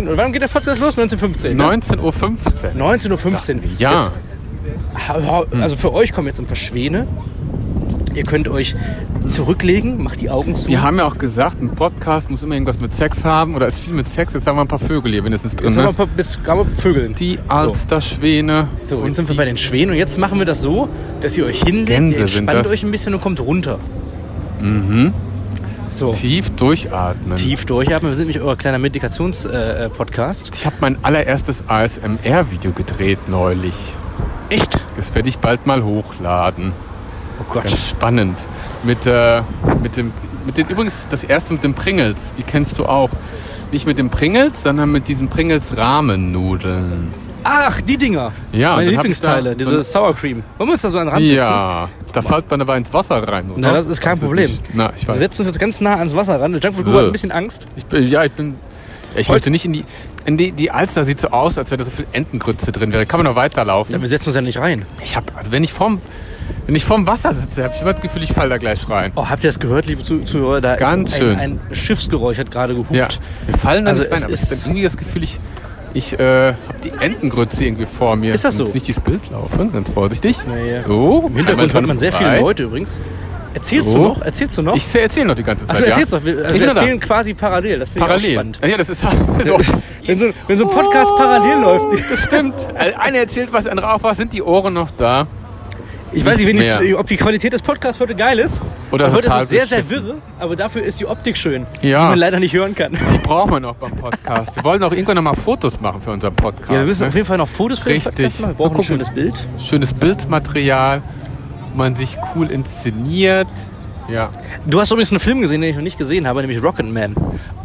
[SPEAKER 1] Uhr. Oder wann geht der Podcast los? 19.15 Uhr.
[SPEAKER 2] 19.15 Uhr.
[SPEAKER 1] 19.15 Uhr.
[SPEAKER 2] Ja. Hm.
[SPEAKER 1] Ist- Also für euch kommen jetzt ein paar Schwäne. Ihr könnt euch zurücklegen, macht die Augen zu.
[SPEAKER 2] Wir haben ja auch gesagt, ein Podcast muss immer irgendwas mit Sex haben oder ist viel mit Sex. Jetzt haben wir ein paar Vögel hier wenigstens drin.
[SPEAKER 1] Jetzt haben wir ein
[SPEAKER 2] Ne?
[SPEAKER 1] paar, jetzt haben wir Vögeln.
[SPEAKER 2] Die
[SPEAKER 1] so.
[SPEAKER 2] Alsterschwäne.
[SPEAKER 1] So,
[SPEAKER 2] und
[SPEAKER 1] jetzt sind wir
[SPEAKER 2] die-
[SPEAKER 1] bei den Schwänen und jetzt machen wir das so, dass ihr euch hinlegt,
[SPEAKER 2] Gänse
[SPEAKER 1] ihr entspannt
[SPEAKER 2] sind das.
[SPEAKER 1] euch ein bisschen und kommt runter. Mhm. So, tief,
[SPEAKER 2] Tief durchatmen.
[SPEAKER 1] durchatmen. Wir sind nämlich euer kleiner äh, Meditations-Podcast.
[SPEAKER 2] Ich habe mein allererstes ASMR-Video gedreht neulich.
[SPEAKER 1] Echt?
[SPEAKER 2] Das werde ich bald mal hochladen.
[SPEAKER 1] Oh Gott.
[SPEAKER 2] Ganz spannend. Mit, äh, mit dem, mit den, übrigens das erste mit dem Pringles, die kennst du auch. Nicht mit dem Pringles, sondern mit diesen Pringles Rahmennudeln.
[SPEAKER 1] Ach, die Dinger.
[SPEAKER 2] Ja,
[SPEAKER 1] Meine
[SPEAKER 2] dann hab ich
[SPEAKER 1] Lieblingsteile,
[SPEAKER 2] da so
[SPEAKER 1] diese Sour Cream. Wollen wir uns da so an den Rand setzen?
[SPEAKER 2] Ja, da fällt man aber ins Wasser rein. Oder?
[SPEAKER 1] Na, das ist kein
[SPEAKER 2] Weiß ich
[SPEAKER 1] Problem.
[SPEAKER 2] nicht. Na, ich
[SPEAKER 1] Wir
[SPEAKER 2] weiß.
[SPEAKER 1] setzen uns jetzt ganz nah ans Wasser ran. Der Junkfood Guru
[SPEAKER 2] Äh.
[SPEAKER 1] hat ein bisschen Angst.
[SPEAKER 2] Ich bin, ja, ich bin. Ich möchte nicht in die. Die, die Alster sieht so aus, als wäre da so viel Entengrütze drin wäre. Kann man noch weiterlaufen.
[SPEAKER 1] Ja, wir setzen uns ja nicht rein.
[SPEAKER 2] Ich hab, also wenn ich vorm, wenn ich vorm Wasser sitze, habe ich immer das Gefühl, ich fall da gleich rein.
[SPEAKER 1] Oh, habt ihr das gehört, liebe Zuh- Zuhörer? Da
[SPEAKER 2] Ganz
[SPEAKER 1] ist
[SPEAKER 2] schön.
[SPEAKER 1] ein, ein Schiffsgeräusch hat gerade gehupt.
[SPEAKER 2] Ja, wir fallen da
[SPEAKER 1] Also
[SPEAKER 2] nicht rein,
[SPEAKER 1] es
[SPEAKER 2] aber ich
[SPEAKER 1] ist-
[SPEAKER 2] habe irgendwie das Gefühl, ich, ich äh, habe die Entengrütze irgendwie vor mir.
[SPEAKER 1] Ist das
[SPEAKER 2] Ich
[SPEAKER 1] so?
[SPEAKER 2] muss nicht dieses Bild laufen, ganz vorsichtig.
[SPEAKER 1] Nee.
[SPEAKER 2] So,
[SPEAKER 1] Im Hintergrund hört man sehr viele Leute übrigens. Erzählst
[SPEAKER 2] So.
[SPEAKER 1] du noch? Erzählst du noch?
[SPEAKER 2] Ich erzähle noch die ganze Zeit.
[SPEAKER 1] Ach, du erzählst
[SPEAKER 2] ja.
[SPEAKER 1] noch. Wir,
[SPEAKER 2] ich
[SPEAKER 1] wir
[SPEAKER 2] bin noch da.
[SPEAKER 1] erzählen quasi parallel. Das finde ich auch
[SPEAKER 2] Parallel.
[SPEAKER 1] spannend.
[SPEAKER 2] Ja, das ist halt so. Oh,
[SPEAKER 1] Wenn so, wenn so ein Podcast parallel läuft.
[SPEAKER 2] Das stimmt. Also Einer erzählt was, der andere auch was. Sind die Ohren noch da?
[SPEAKER 1] Ich weiß nicht,
[SPEAKER 2] Nicht
[SPEAKER 1] wenn die, äh,
[SPEAKER 2] mehr.
[SPEAKER 1] ob die Qualität des Podcasts heute geil ist.
[SPEAKER 2] Oder
[SPEAKER 1] heute ist
[SPEAKER 2] total
[SPEAKER 1] es sehr, sehr
[SPEAKER 2] beschissen.
[SPEAKER 1] wirre, aber dafür ist die Optik schön,
[SPEAKER 2] Ja.
[SPEAKER 1] die man leider nicht hören kann.
[SPEAKER 2] Die brauchen wir noch beim Podcast. Wir wollen auch irgendwann noch mal Fotos machen für unseren Podcast.
[SPEAKER 1] Ja, wir müssen
[SPEAKER 2] ne?
[SPEAKER 1] auf jeden Fall noch Fotos für den
[SPEAKER 2] Richtig.
[SPEAKER 1] Podcast machen. Wir
[SPEAKER 2] Mal
[SPEAKER 1] brauchen ein
[SPEAKER 2] gucken.
[SPEAKER 1] schönes Bild.
[SPEAKER 2] Schönes Bildmaterial, wo man sich cool inszeniert. Ja.
[SPEAKER 1] Du hast übrigens einen Film gesehen, den ich noch nicht gesehen habe, nämlich Rocket Man.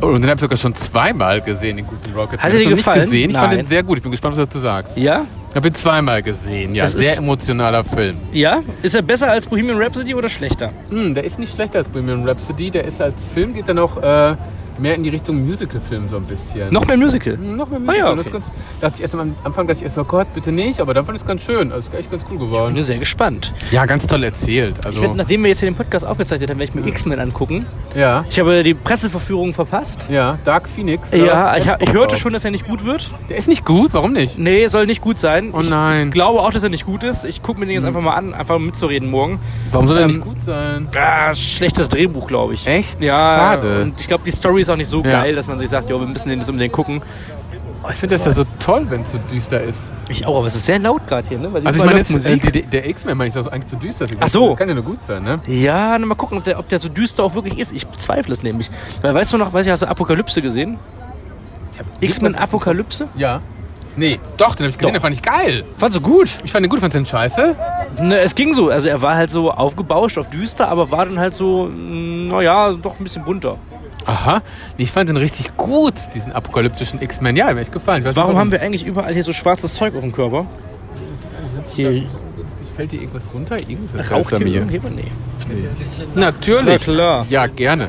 [SPEAKER 2] Oh, Und den habe ich sogar schon zweimal gesehen, den guten Rocket.
[SPEAKER 1] Hat er dir
[SPEAKER 2] Hast du
[SPEAKER 1] gefallen?
[SPEAKER 2] Nicht gesehen? Ich
[SPEAKER 1] Nein.
[SPEAKER 2] fand den sehr gut. Ich bin gespannt, was du dazu sagst.
[SPEAKER 1] Ja?
[SPEAKER 2] Ich habe ihn zweimal gesehen. Ja,
[SPEAKER 1] Das
[SPEAKER 2] sehr
[SPEAKER 1] ist-
[SPEAKER 2] emotionaler Film.
[SPEAKER 1] Ja? Ist er besser als Bohemian Rhapsody oder schlechter?
[SPEAKER 2] Hm, der ist nicht schlechter als Bohemian Rhapsody. Der ist als Film geht er noch äh, mehr in die Richtung Musical-Film so ein bisschen.
[SPEAKER 1] Noch mehr Musical.
[SPEAKER 2] Hm, noch mehr
[SPEAKER 1] Ah ja,
[SPEAKER 2] Musical. Das ist
[SPEAKER 1] okay.
[SPEAKER 2] ganz, dachte ich erst am Anfang dachte ich erst, oh Gott, bitte nicht, aber dann fand ich es ganz schön. Also ist echt ganz cool
[SPEAKER 1] Ich
[SPEAKER 2] geworden.
[SPEAKER 1] bin sehr gespannt.
[SPEAKER 2] Ja, ganz toll erzählt. Also,
[SPEAKER 1] Ich ne werde, nachdem wir jetzt hier den Podcast aufgezeichnet haben, werde ich mir X-Men angucken.
[SPEAKER 2] ja,
[SPEAKER 1] Ich habe die Presseverführung verpasst.
[SPEAKER 2] ja, Dark Phoenix. da
[SPEAKER 1] Ja,
[SPEAKER 2] hast
[SPEAKER 1] ich,
[SPEAKER 2] du ganz
[SPEAKER 1] hab-
[SPEAKER 2] Bock
[SPEAKER 1] ich hörte
[SPEAKER 2] drauf.
[SPEAKER 1] schon, dass er nicht gut wird.
[SPEAKER 2] Der ist nicht gut, warum nicht?
[SPEAKER 1] Nee, soll nicht gut sein.
[SPEAKER 2] Oh nein. Hm.
[SPEAKER 1] Ich glaube auch, dass er nicht gut ist. Ich gucke mir den jetzt einfach mal an, einfach um mitzureden morgen.
[SPEAKER 2] Warum soll er
[SPEAKER 1] Ähm,
[SPEAKER 2] nicht gut sein?
[SPEAKER 1] Ah, schlechtes Drehbuch, glaube ich.
[SPEAKER 2] Echt?
[SPEAKER 1] Ja,
[SPEAKER 2] Schade.
[SPEAKER 1] und ich glaube, die Story ist auch nicht so
[SPEAKER 2] Ja. Oh,
[SPEAKER 1] geil, dass man sich sagt, jo, wir müssen den jetzt unbedingt gucken.
[SPEAKER 2] ich finde das ja so toll, wenn es so düster ist.
[SPEAKER 1] Also Ich auch, aber es ist sehr laut gerade hier, ne? Weil
[SPEAKER 2] Also ich
[SPEAKER 1] überall
[SPEAKER 2] meine,
[SPEAKER 1] läuft
[SPEAKER 2] jetzt, äh, die- die- der X-Men meine ich das eigentlich so düster.
[SPEAKER 1] Ach so.
[SPEAKER 2] Kann ja nur gut sein, ne?
[SPEAKER 1] Ja, na, mal gucken, ob der, ob der so düster auch wirklich ist. Ich bezweifle es nämlich. Weil weißt du noch, weiß ich, hast du Apokalypse gesehen? X-Men Apokalypse?
[SPEAKER 2] Ja. Nee, doch, den habe ich
[SPEAKER 1] Doch.
[SPEAKER 2] gesehen, den fand ich geil.
[SPEAKER 1] Fand so gut.
[SPEAKER 2] Ich fand den gut, fand den scheiße.
[SPEAKER 1] Ne, es ging so. Also er war halt so aufgebauscht auf düster, aber war dann halt so, naja, doch ein bisschen bunter.
[SPEAKER 2] Aha, Nee, ich fand den richtig gut, diesen apokalyptischen X-Men. Ja, mir echt gefallen. Ich weiß nicht,
[SPEAKER 1] Warum haben wir eigentlich überall hier so schwarzes Zeug auf dem Körper? hier-
[SPEAKER 2] Fällt dir irgendwas runter? Irgendwas ist
[SPEAKER 1] Raucht
[SPEAKER 2] seltsam
[SPEAKER 1] hier
[SPEAKER 2] hier.
[SPEAKER 1] irgendjemand? Nee. Na
[SPEAKER 2] Natürlich.
[SPEAKER 1] klar.
[SPEAKER 2] Ja, gerne.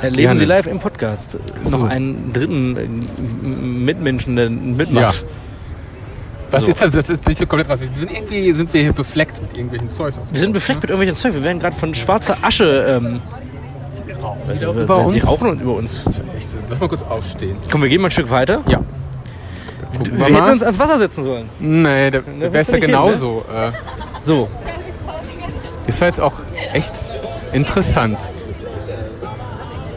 [SPEAKER 1] Erleben
[SPEAKER 2] Gerne.
[SPEAKER 1] Sie live im Podcast noch
[SPEAKER 2] So.
[SPEAKER 1] einen dritten äh, m- Mitmenschen, der mitmacht.
[SPEAKER 2] Was
[SPEAKER 1] So.
[SPEAKER 2] jetzt, also, das ist, bin ich so komplett raus. Wir sind irgendwie sind wir hier befleckt mit irgendwelchen Zeugs. auf dem
[SPEAKER 1] Wir sind
[SPEAKER 2] Kopf,
[SPEAKER 1] befleckt mit irgendwelchen Zeug. Wir werden gerade von schwarzer Asche ähm,
[SPEAKER 2] ne?
[SPEAKER 1] also,
[SPEAKER 2] über
[SPEAKER 1] werden Sie
[SPEAKER 2] uns?
[SPEAKER 1] rauchen und über uns.
[SPEAKER 2] ne? Echt, Lass mal kurz aufstehen.
[SPEAKER 1] Komm, wir gehen mal ein Stück weiter.
[SPEAKER 2] Ja. Gucken
[SPEAKER 1] Wir hätten uns ans Wasser setzen sollen.
[SPEAKER 2] Nee, der,
[SPEAKER 1] Da
[SPEAKER 2] der wäre
[SPEAKER 1] willst du
[SPEAKER 2] ja
[SPEAKER 1] nicht hin,
[SPEAKER 2] genauso. Äh,
[SPEAKER 1] So,
[SPEAKER 2] Das war jetzt auch echt interessant.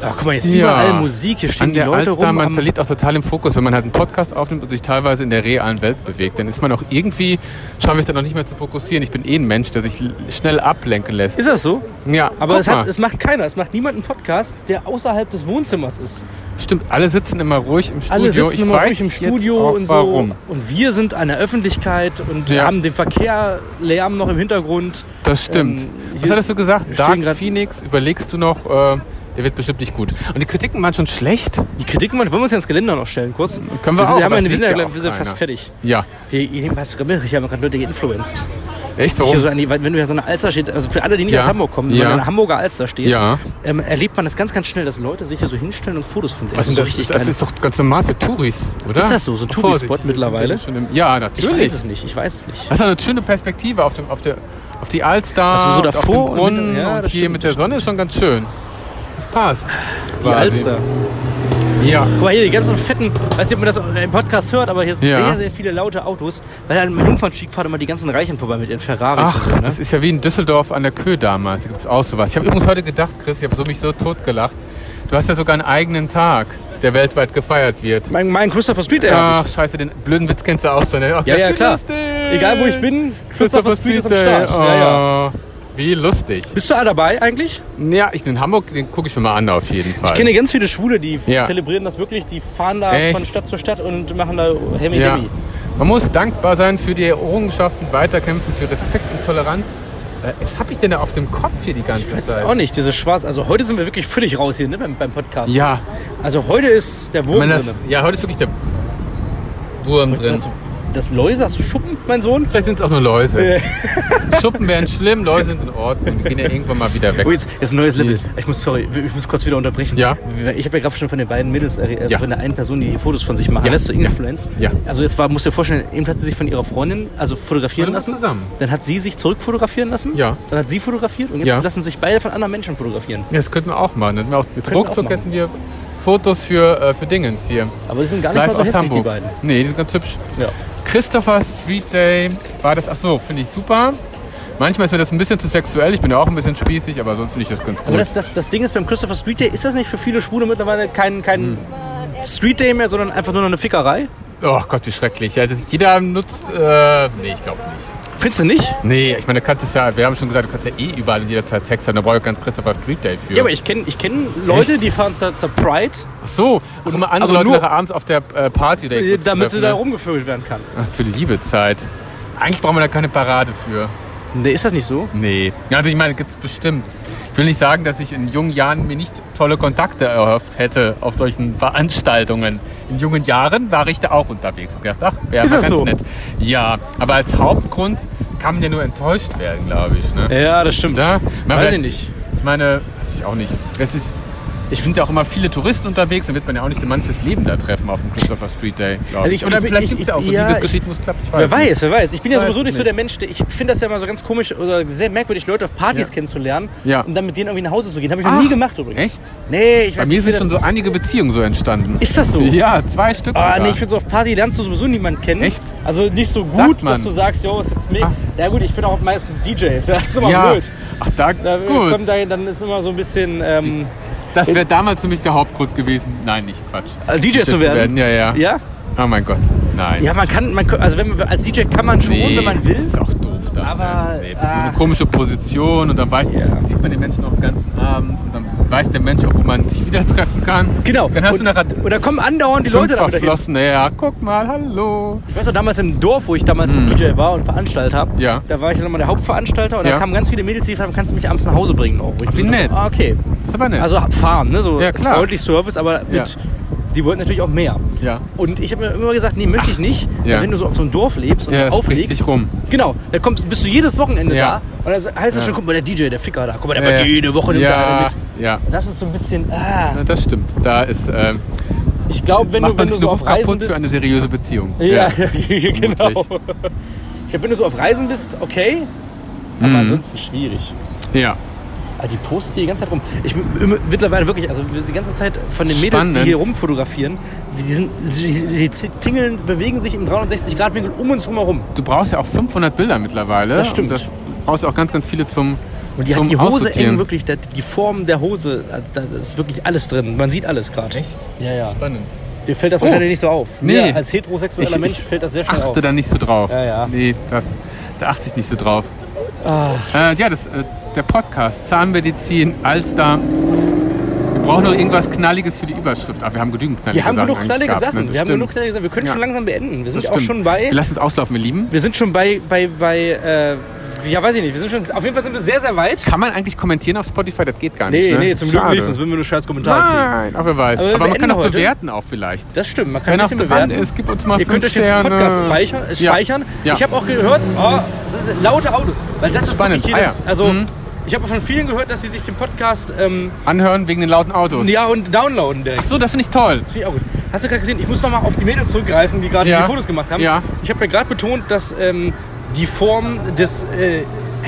[SPEAKER 1] Ach, Ah, guck mal, jetzt
[SPEAKER 2] Ja.
[SPEAKER 1] überall Musik, hier stehen
[SPEAKER 2] An
[SPEAKER 1] die
[SPEAKER 2] der
[SPEAKER 1] Leute
[SPEAKER 2] Alster,
[SPEAKER 1] rum.
[SPEAKER 2] man
[SPEAKER 1] am-
[SPEAKER 2] verliert auch total im Fokus, wenn man halt einen Podcast aufnimmt und sich teilweise in der realen Welt bewegt. Dann ist man auch irgendwie, schaffe ich es dann noch nicht mehr zu fokussieren. Ich bin eh ein Mensch, der sich l- schnell ablenken lässt.
[SPEAKER 1] Ist das so?
[SPEAKER 2] Ja,
[SPEAKER 1] Aber
[SPEAKER 2] guck
[SPEAKER 1] es, hat,
[SPEAKER 2] mal.
[SPEAKER 1] es macht keiner, es macht niemand einen Podcast, der außerhalb des Wohnzimmers ist.
[SPEAKER 2] stimmt, alle sitzen immer ruhig im Studio.
[SPEAKER 1] Alle sitzen
[SPEAKER 2] ich
[SPEAKER 1] immer
[SPEAKER 2] weiß
[SPEAKER 1] ruhig im
[SPEAKER 2] jetzt
[SPEAKER 1] Studio
[SPEAKER 2] auch,
[SPEAKER 1] und so.
[SPEAKER 2] Warum?
[SPEAKER 1] Und wir sind an der Öffentlichkeit und
[SPEAKER 2] Ja.
[SPEAKER 1] haben den Verkehr, Lärm noch im Hintergrund.
[SPEAKER 2] Das stimmt.
[SPEAKER 1] Ähm, hier-
[SPEAKER 2] Was hattest du gesagt?
[SPEAKER 1] stehen
[SPEAKER 2] Dark
[SPEAKER 1] grad-
[SPEAKER 2] Phoenix, überlegst du noch, äh, der wird bestimmt nicht gut. Und die Kritiken waren schon schlecht.
[SPEAKER 1] Die Kritiken wollen wir uns ja ins Geländer noch stellen, kurz.
[SPEAKER 2] Können wir
[SPEAKER 1] sind,
[SPEAKER 2] auch,
[SPEAKER 1] Wir, haben
[SPEAKER 2] aber
[SPEAKER 1] ja- wir
[SPEAKER 2] es
[SPEAKER 1] sind,
[SPEAKER 2] sieht
[SPEAKER 1] ja,
[SPEAKER 2] ja
[SPEAKER 1] gleich-
[SPEAKER 2] auch
[SPEAKER 1] wir sind ja fast
[SPEAKER 2] keiner.
[SPEAKER 1] fertig.
[SPEAKER 2] Ja.
[SPEAKER 1] Hier, hier hast du gemerkt, ich habe gerade Leute geinfluenced.
[SPEAKER 2] Echt?
[SPEAKER 1] Hier
[SPEAKER 2] Warum?
[SPEAKER 1] so an die, wenn du ja so eine Alster steht, also für alle, die nicht
[SPEAKER 2] Ja.
[SPEAKER 1] aus Hamburg kommen, wenn
[SPEAKER 2] Ja.
[SPEAKER 1] man an der Hamburger Alster steht,
[SPEAKER 2] Ja.
[SPEAKER 1] ähm, erlebt man das ganz, ganz schnell, dass Leute sich hier so hinstellen und Fotos von sich
[SPEAKER 2] Was
[SPEAKER 1] machen.
[SPEAKER 2] denn
[SPEAKER 1] Also so
[SPEAKER 2] das,
[SPEAKER 1] richtig
[SPEAKER 2] das
[SPEAKER 1] geil.
[SPEAKER 2] ist doch ganz normal für Touris, oder?
[SPEAKER 1] Ist das so, so ein
[SPEAKER 2] Ach,
[SPEAKER 1] Touri-Spot
[SPEAKER 2] vorsichtig,
[SPEAKER 1] mittlerweile?
[SPEAKER 2] wir sind schon im- Ja,
[SPEAKER 1] Ich
[SPEAKER 2] natürlich.
[SPEAKER 1] weiß es nicht, ich weiß es nicht.
[SPEAKER 2] Das ist eine schöne Perspektive auf, dem, auf, der, auf die Alster,
[SPEAKER 1] Hast du Also so
[SPEAKER 2] und
[SPEAKER 1] davor und
[SPEAKER 2] auf den Brunnen
[SPEAKER 1] hinter- ja,
[SPEAKER 2] und
[SPEAKER 1] das
[SPEAKER 2] hier
[SPEAKER 1] stimmt,
[SPEAKER 2] mit der
[SPEAKER 1] das
[SPEAKER 2] Sonne ist schon ganz schön. Das passt.
[SPEAKER 1] Die Alster.
[SPEAKER 2] Ja.
[SPEAKER 1] Guck mal hier, die ganzen fetten, weiß nicht, ob man das im Podcast hört, aber hier sind
[SPEAKER 2] Ja.
[SPEAKER 1] sehr, sehr viele laute Autos, weil an meinem Jungfernstieg fahren immer die ganzen Reichen vorbei mit ihren Ferraris. und so,
[SPEAKER 2] Ach,
[SPEAKER 1] ne?
[SPEAKER 2] das ist ja wie in Düsseldorf an der Kö damals. Da gibt es auch sowas. Ich habe übrigens heute gedacht, Chris, ich habe so mich so totgelacht. Du hast ja sogar einen eigenen Tag, der weltweit gefeiert wird.
[SPEAKER 1] mein, mein Christopher Street, der hab
[SPEAKER 2] Ach, scheiße, den blöden Witz kennst du auch schon. ne? Ach,
[SPEAKER 1] Ja, ja,
[SPEAKER 2] wie
[SPEAKER 1] klar.
[SPEAKER 2] lustig.
[SPEAKER 1] ich. Egal wo ich bin, Christopher Street ist am Start.
[SPEAKER 2] Oh,
[SPEAKER 1] Ja, ja.
[SPEAKER 2] Wie lustig.
[SPEAKER 1] Bist du da dabei eigentlich?
[SPEAKER 2] Ja, ich in Hamburg, den gucke ich mir mal an auf jeden Fall.
[SPEAKER 1] Ich kenne ganz viele Schwule, die
[SPEAKER 2] Ja.
[SPEAKER 1] zelebrieren das wirklich, die fahren da
[SPEAKER 2] Echt?
[SPEAKER 1] von Stadt zu Stadt und machen da Hemi
[SPEAKER 2] ja.
[SPEAKER 1] Demi.
[SPEAKER 2] Man muss dankbar sein für die Errungenschaften, weiterkämpfen, für Respekt und Toleranz. Äh, Was habe ich denn da auf dem Kopf hier die ganze
[SPEAKER 1] Ich weiß es
[SPEAKER 2] Zeit?
[SPEAKER 1] auch nicht, diese schwarz. Also heute sind wir wirklich völlig raus hier ne, beim, beim Podcast.
[SPEAKER 2] Ja,
[SPEAKER 1] Also heute ist der Wurm
[SPEAKER 2] wenn das,
[SPEAKER 1] drin.
[SPEAKER 2] ja, heute ist wirklich der Wurm
[SPEAKER 1] Heute ist
[SPEAKER 2] drin.
[SPEAKER 1] das Sind das Läuse? Hast du Schuppen, mein Sohn?
[SPEAKER 2] Vielleicht sind es auch nur Läuse. Schuppen wären schlimm, Läuse sind in Ordnung. Die gehen ja irgendwann mal wieder weg.
[SPEAKER 1] Oh, jetzt, jetzt ein neues Level. Ich muss, sorry, ich muss kurz wieder unterbrechen.
[SPEAKER 2] Äh, Ja.
[SPEAKER 1] Ich habe ja gerade schon von den beiden Mädels, äh, also
[SPEAKER 2] Ja.
[SPEAKER 1] von der einen Person, die Fotos von sich machen
[SPEAKER 2] Ja.
[SPEAKER 1] lässt, so
[SPEAKER 2] Ja.
[SPEAKER 1] Influence.
[SPEAKER 2] Ja.
[SPEAKER 1] Also jetzt war, musst du dir vorstellen, eben hat sie sich von ihrer Freundin, also fotografieren
[SPEAKER 2] Alle
[SPEAKER 1] lassen.
[SPEAKER 2] zusammen.
[SPEAKER 1] Dann hat sie sich zurückfotografieren lassen.
[SPEAKER 2] Ja.
[SPEAKER 1] Dann hat sie fotografiert und jetzt
[SPEAKER 2] Ja.
[SPEAKER 1] lassen sich beide von anderen Menschen fotografieren.
[SPEAKER 2] Ja, Das könnten wir auch machen. Hätten wir auch,
[SPEAKER 1] könnten wir auch
[SPEAKER 2] ruckzuck
[SPEAKER 1] machen.
[SPEAKER 2] hätten wir Fotos für, äh, für Dingens hier.
[SPEAKER 1] Aber sie sind gar nicht
[SPEAKER 2] Live
[SPEAKER 1] mal so
[SPEAKER 2] aus
[SPEAKER 1] hässlich,
[SPEAKER 2] Hamburg.
[SPEAKER 1] die beiden.
[SPEAKER 2] Nee, die sind ganz hübsch.
[SPEAKER 1] Ja.
[SPEAKER 2] Christopher Street Day war das. Ach so, finde ich super. Manchmal ist mir das ein bisschen zu sexuell. Ich bin ja auch ein bisschen spießig, aber sonst finde ich das ganz
[SPEAKER 1] Aber
[SPEAKER 2] gut.
[SPEAKER 1] das, das, das Ding ist, beim Christopher Street Day, ist das nicht für viele Schwule mittlerweile kein,
[SPEAKER 2] Hm.
[SPEAKER 1] kein Street Day mehr, sondern einfach nur noch eine Fickerei?
[SPEAKER 2] oh Gott, wie schrecklich. Ja, das, jeder nutzt. Äh, nee, ich glaube nicht.
[SPEAKER 1] Findest du nicht?
[SPEAKER 2] Nee, ich meine, du kannst es ja. Wir haben schon gesagt, du kannst ja eh überall in jeder Zeit Sex haben. Da brauche ich ganz Christopher Street Day für.
[SPEAKER 1] Ja, aber ich kenne ich kenn Leute, die fahren zur, zur Pride,
[SPEAKER 2] Ach so, um andere
[SPEAKER 1] aber
[SPEAKER 2] Leute
[SPEAKER 1] nur-
[SPEAKER 2] nachher abends auf der äh, Party Day
[SPEAKER 1] äh,
[SPEAKER 2] gut zu
[SPEAKER 1] damit sie
[SPEAKER 2] treffen,
[SPEAKER 1] da
[SPEAKER 2] ne?
[SPEAKER 1] rumgefüllt werden kann.
[SPEAKER 2] Ach, zur Liebezeit. Eigentlich brauchen wir da keine Parade für.
[SPEAKER 1] Nee, ist das nicht so?
[SPEAKER 2] Nee. Also ich meine, gibt's bestimmt. Ich will nicht sagen, dass ich in jungen Jahren mir nicht tolle Kontakte erhofft hätte auf solchen Veranstaltungen. In jungen Jahren war ich da auch unterwegs und gedacht, ach, wäre
[SPEAKER 1] Ist
[SPEAKER 2] mal
[SPEAKER 1] das
[SPEAKER 2] ganz
[SPEAKER 1] so?
[SPEAKER 2] nett. Ja, aber als Hauptgrund kann man ja nur enttäuscht werden, glaube ich. Ne?
[SPEAKER 1] Ja, das stimmt.
[SPEAKER 2] Da, man
[SPEAKER 1] Weiß ich
[SPEAKER 2] vielleicht-
[SPEAKER 1] nicht.
[SPEAKER 2] Ich meine, weiß ich auch nicht. Es ist, ich finde auch immer viele Touristen unterwegs, dann wird man ja auch nicht den Mann fürs Leben da treffen auf dem Christopher Street Day, glaube
[SPEAKER 1] Also
[SPEAKER 2] ich.
[SPEAKER 1] ich-
[SPEAKER 2] Oder
[SPEAKER 1] ich-
[SPEAKER 2] vielleicht
[SPEAKER 1] ich-
[SPEAKER 2] gibt es ja auch so
[SPEAKER 1] ja, ich-
[SPEAKER 2] Liebesgeschichten, wo es klappt. Ich weiß
[SPEAKER 1] Wer
[SPEAKER 2] nicht.
[SPEAKER 1] weiß, wer weiß. Ich bin ja
[SPEAKER 2] Weiß
[SPEAKER 1] sowieso nicht, so
[SPEAKER 2] nicht.
[SPEAKER 1] der Mensch, der, ich finde das ja immer so ganz komisch oder sehr merkwürdig, Leute auf Partys
[SPEAKER 2] Ja.
[SPEAKER 1] kennenzulernen
[SPEAKER 2] Ja.
[SPEAKER 1] und dann mit denen irgendwie nach Hause zu gehen. Habe ich noch
[SPEAKER 2] Ach,
[SPEAKER 1] nie gemacht übrigens.
[SPEAKER 2] echt?
[SPEAKER 1] Nee, ich
[SPEAKER 2] Bei
[SPEAKER 1] weiß
[SPEAKER 2] mir
[SPEAKER 1] nicht, wie
[SPEAKER 2] sind
[SPEAKER 1] das...
[SPEAKER 2] schon so einige Beziehungen so entstanden.
[SPEAKER 1] Ist das so?
[SPEAKER 2] Ja, zwei Stück.
[SPEAKER 1] Ah,
[SPEAKER 2] sogar.
[SPEAKER 1] nee, ich finde so auf Party lernst du sowieso niemanden kennen.
[SPEAKER 2] Echt?
[SPEAKER 1] Also nicht so
[SPEAKER 2] Sagt
[SPEAKER 1] gut,
[SPEAKER 2] man.
[SPEAKER 1] dass du sagst, jo, ist jetzt mega.
[SPEAKER 2] Ah.
[SPEAKER 1] Ja gut, ich bin auch meistens DJ. Das ist immer
[SPEAKER 2] ja.
[SPEAKER 1] blöd.
[SPEAKER 2] Ach, da,
[SPEAKER 1] Da kommt
[SPEAKER 2] gut.
[SPEAKER 1] da, dann ist immer so ein bisschen ähm,
[SPEAKER 2] Das wäre damals für mich der Hauptgrund gewesen. Nein, nicht Quatsch.
[SPEAKER 1] DJ Äh, zu werden.
[SPEAKER 2] Ja, ja.
[SPEAKER 1] Ja?
[SPEAKER 2] Oh mein Gott. Nein.
[SPEAKER 1] Ja, man kann, man, kann- also wenn man, als DJ kann man schon,
[SPEAKER 2] Nee,
[SPEAKER 1] wenn man will.
[SPEAKER 2] Das ist auch doof dann.
[SPEAKER 1] Aber,
[SPEAKER 2] ne? nee, das ist so eine
[SPEAKER 1] ach.
[SPEAKER 2] komische Position und dann weiß
[SPEAKER 1] Ja.
[SPEAKER 2] sieht man den Menschen noch den ganzen Abend und dann weiß der Mensch auch, wo man sich wieder treffen kann.
[SPEAKER 1] Genau.
[SPEAKER 2] Dann hast
[SPEAKER 1] und,
[SPEAKER 2] du nachher
[SPEAKER 1] und da kommen andauernd die
[SPEAKER 2] fünf
[SPEAKER 1] Leute da wieder hin.
[SPEAKER 2] verflossene. Ja, guck mal, hallo.
[SPEAKER 1] Ich weiß noch, damals im Dorf, wo ich damals DJ war und veranstaltet habe,
[SPEAKER 2] Hm. Ja.
[SPEAKER 1] da war ich dann immer der Hauptveranstalter und da
[SPEAKER 2] Ja.
[SPEAKER 1] kamen ganz viele Mädels, die haben, kannst du mich abends nach Hause bringen auch. Wo ich
[SPEAKER 2] Ach, wie
[SPEAKER 1] mir so dachte,
[SPEAKER 2] nett.
[SPEAKER 1] Ah, okay.
[SPEAKER 2] Das ist aber nett.
[SPEAKER 1] Also fahren, ne? So
[SPEAKER 2] Ja, klar.
[SPEAKER 1] freundlich Service, aber mit,
[SPEAKER 2] Ja.
[SPEAKER 1] die wollten natürlich auch mehr.
[SPEAKER 2] Ja.
[SPEAKER 1] Und ich habe mir immer gesagt, nee, möchte ich nicht.
[SPEAKER 2] Ja.
[SPEAKER 1] Weil Wenn du so auf so einem Dorf lebst und
[SPEAKER 2] Ja,
[SPEAKER 1] dann
[SPEAKER 2] es spricht
[SPEAKER 1] auflegst.
[SPEAKER 2] sich rum.
[SPEAKER 1] Genau, da kommst, bist du jedes Wochenende
[SPEAKER 2] Ja.
[SPEAKER 1] da. Und dann heißt es
[SPEAKER 2] Ja.
[SPEAKER 1] schon, guck mal, der DJ, der Ficker da, guck mal, der
[SPEAKER 2] Ja,
[SPEAKER 1] war
[SPEAKER 2] ja.
[SPEAKER 1] jede Woche nimmt da
[SPEAKER 2] ja,
[SPEAKER 1] einer mit.
[SPEAKER 2] Ja,
[SPEAKER 1] Das ist so ein bisschen. Ah.
[SPEAKER 2] Ja, das stimmt. Da ist, ähm,
[SPEAKER 1] Ich glaube, wenn du, wenn
[SPEAKER 2] macht man
[SPEAKER 1] du
[SPEAKER 2] sich
[SPEAKER 1] so
[SPEAKER 2] nur
[SPEAKER 1] auf Reisen
[SPEAKER 2] kaputt für eine
[SPEAKER 1] bist.
[SPEAKER 2] seriöse Beziehung.
[SPEAKER 1] Ja, genau. Ich
[SPEAKER 2] vermutlich.
[SPEAKER 1] glaube, wenn du so auf Reisen bist, okay. Aber
[SPEAKER 2] Mhm.
[SPEAKER 1] ansonsten schwierig.
[SPEAKER 2] ja.
[SPEAKER 1] Ah, die posten die ganze Zeit rum. Ich bin immer- mittlerweile wirklich, also die ganze Zeit von den Mädels, die
[SPEAKER 2] Spannend.
[SPEAKER 1] hier rumfotografieren, die, sind, die, die tingeln, bewegen sich im 360-Grad-Winkel um uns rum herum.
[SPEAKER 2] Du brauchst ja auch 500 Bilder mittlerweile.
[SPEAKER 1] Das stimmt.
[SPEAKER 2] Und das brauchst du auch ganz, ganz viele zum
[SPEAKER 1] Und die
[SPEAKER 2] zum
[SPEAKER 1] hat die Hose
[SPEAKER 2] Aussortieren.
[SPEAKER 1] eng, wirklich, der, die Form der Hose, da, da ist wirklich alles drin. Man sieht alles gerade.
[SPEAKER 2] Echt?
[SPEAKER 1] Ja, ja.
[SPEAKER 2] Spannend.
[SPEAKER 1] Dir fällt das
[SPEAKER 2] Oh.
[SPEAKER 1] wahrscheinlich nicht so auf.
[SPEAKER 2] Nee.
[SPEAKER 1] Mir als heterosexueller
[SPEAKER 2] Ich-
[SPEAKER 1] Mensch
[SPEAKER 2] ich
[SPEAKER 1] fällt das sehr schnell
[SPEAKER 2] achte
[SPEAKER 1] auf.
[SPEAKER 2] da nicht so drauf.
[SPEAKER 1] Ja, ja. Ah.
[SPEAKER 2] Nee, das, da achte ich nicht so drauf. Äh, ja, das, äh, der Podcast Zahnmedizin, Alster. Wir brauchen noch irgendwas Knalliges für die Überschrift. Aber wir haben genügend knallige
[SPEAKER 1] Wir haben
[SPEAKER 2] Sachen
[SPEAKER 1] genug
[SPEAKER 2] eigentlich
[SPEAKER 1] knallige
[SPEAKER 2] gehabt, ne?
[SPEAKER 1] Sachen.
[SPEAKER 2] Das
[SPEAKER 1] Wir haben
[SPEAKER 2] stimmt.
[SPEAKER 1] genug knallige Sachen. Wir können
[SPEAKER 2] Ja.
[SPEAKER 1] schon langsam beenden. Wir sind
[SPEAKER 2] Das
[SPEAKER 1] auch
[SPEAKER 2] stimmt.
[SPEAKER 1] schon bei.
[SPEAKER 2] Wir lassen es auslaufen, wir lieben.
[SPEAKER 1] Wir sind schon bei, bei, bei, äh, ja weiß ich nicht, wir sind schon, auf jeden Fall sind wir sehr, sehr weit.
[SPEAKER 2] Kann man eigentlich kommentieren auf Spotify? Das geht gar nicht.
[SPEAKER 1] Nee,
[SPEAKER 2] ne?
[SPEAKER 1] nee, zum Glück
[SPEAKER 2] Schade.
[SPEAKER 1] nicht, sonst würden wir nur scheiß Kommentare kriegen.
[SPEAKER 2] Nein, aber wer weiß.
[SPEAKER 1] Aber wir
[SPEAKER 2] Aber, man kann auch
[SPEAKER 1] beenden heute.
[SPEAKER 2] bewerten auch vielleicht.
[SPEAKER 1] Das stimmt, man kann
[SPEAKER 2] Wenn
[SPEAKER 1] ein
[SPEAKER 2] auch
[SPEAKER 1] bisschen
[SPEAKER 2] dran
[SPEAKER 1] bewerten.
[SPEAKER 2] ist, gib uns mal
[SPEAKER 1] Ihr
[SPEAKER 2] fünf
[SPEAKER 1] könnt euch jetzt
[SPEAKER 2] Sterne.
[SPEAKER 1] Podcast speichern. äh,
[SPEAKER 2] Ja.
[SPEAKER 1] speichern.
[SPEAKER 2] Ja.
[SPEAKER 1] Ich habe auch gehört, oh, es sind laute Autos, weil das ist
[SPEAKER 2] Spannend.
[SPEAKER 1] wirklich jedes,
[SPEAKER 2] Ah, ja.
[SPEAKER 1] also
[SPEAKER 2] Mhm.
[SPEAKER 1] ich habe von vielen gehört, dass sie sich den Podcast ähm,
[SPEAKER 2] Anhören wegen den lauten Autos.
[SPEAKER 1] ja und downloaden direkt.
[SPEAKER 2] Ach so, das finde ich toll.
[SPEAKER 1] Finde ich auch gut. Hast du gerade gesehen, ich muss nochmal auf die Mädels zurückgreifen, die gerade
[SPEAKER 2] Ja.
[SPEAKER 1] die Fotos gemacht haben.
[SPEAKER 2] Ja.
[SPEAKER 1] Ich habe mir gerade betont, dass ähm, die Form des äh,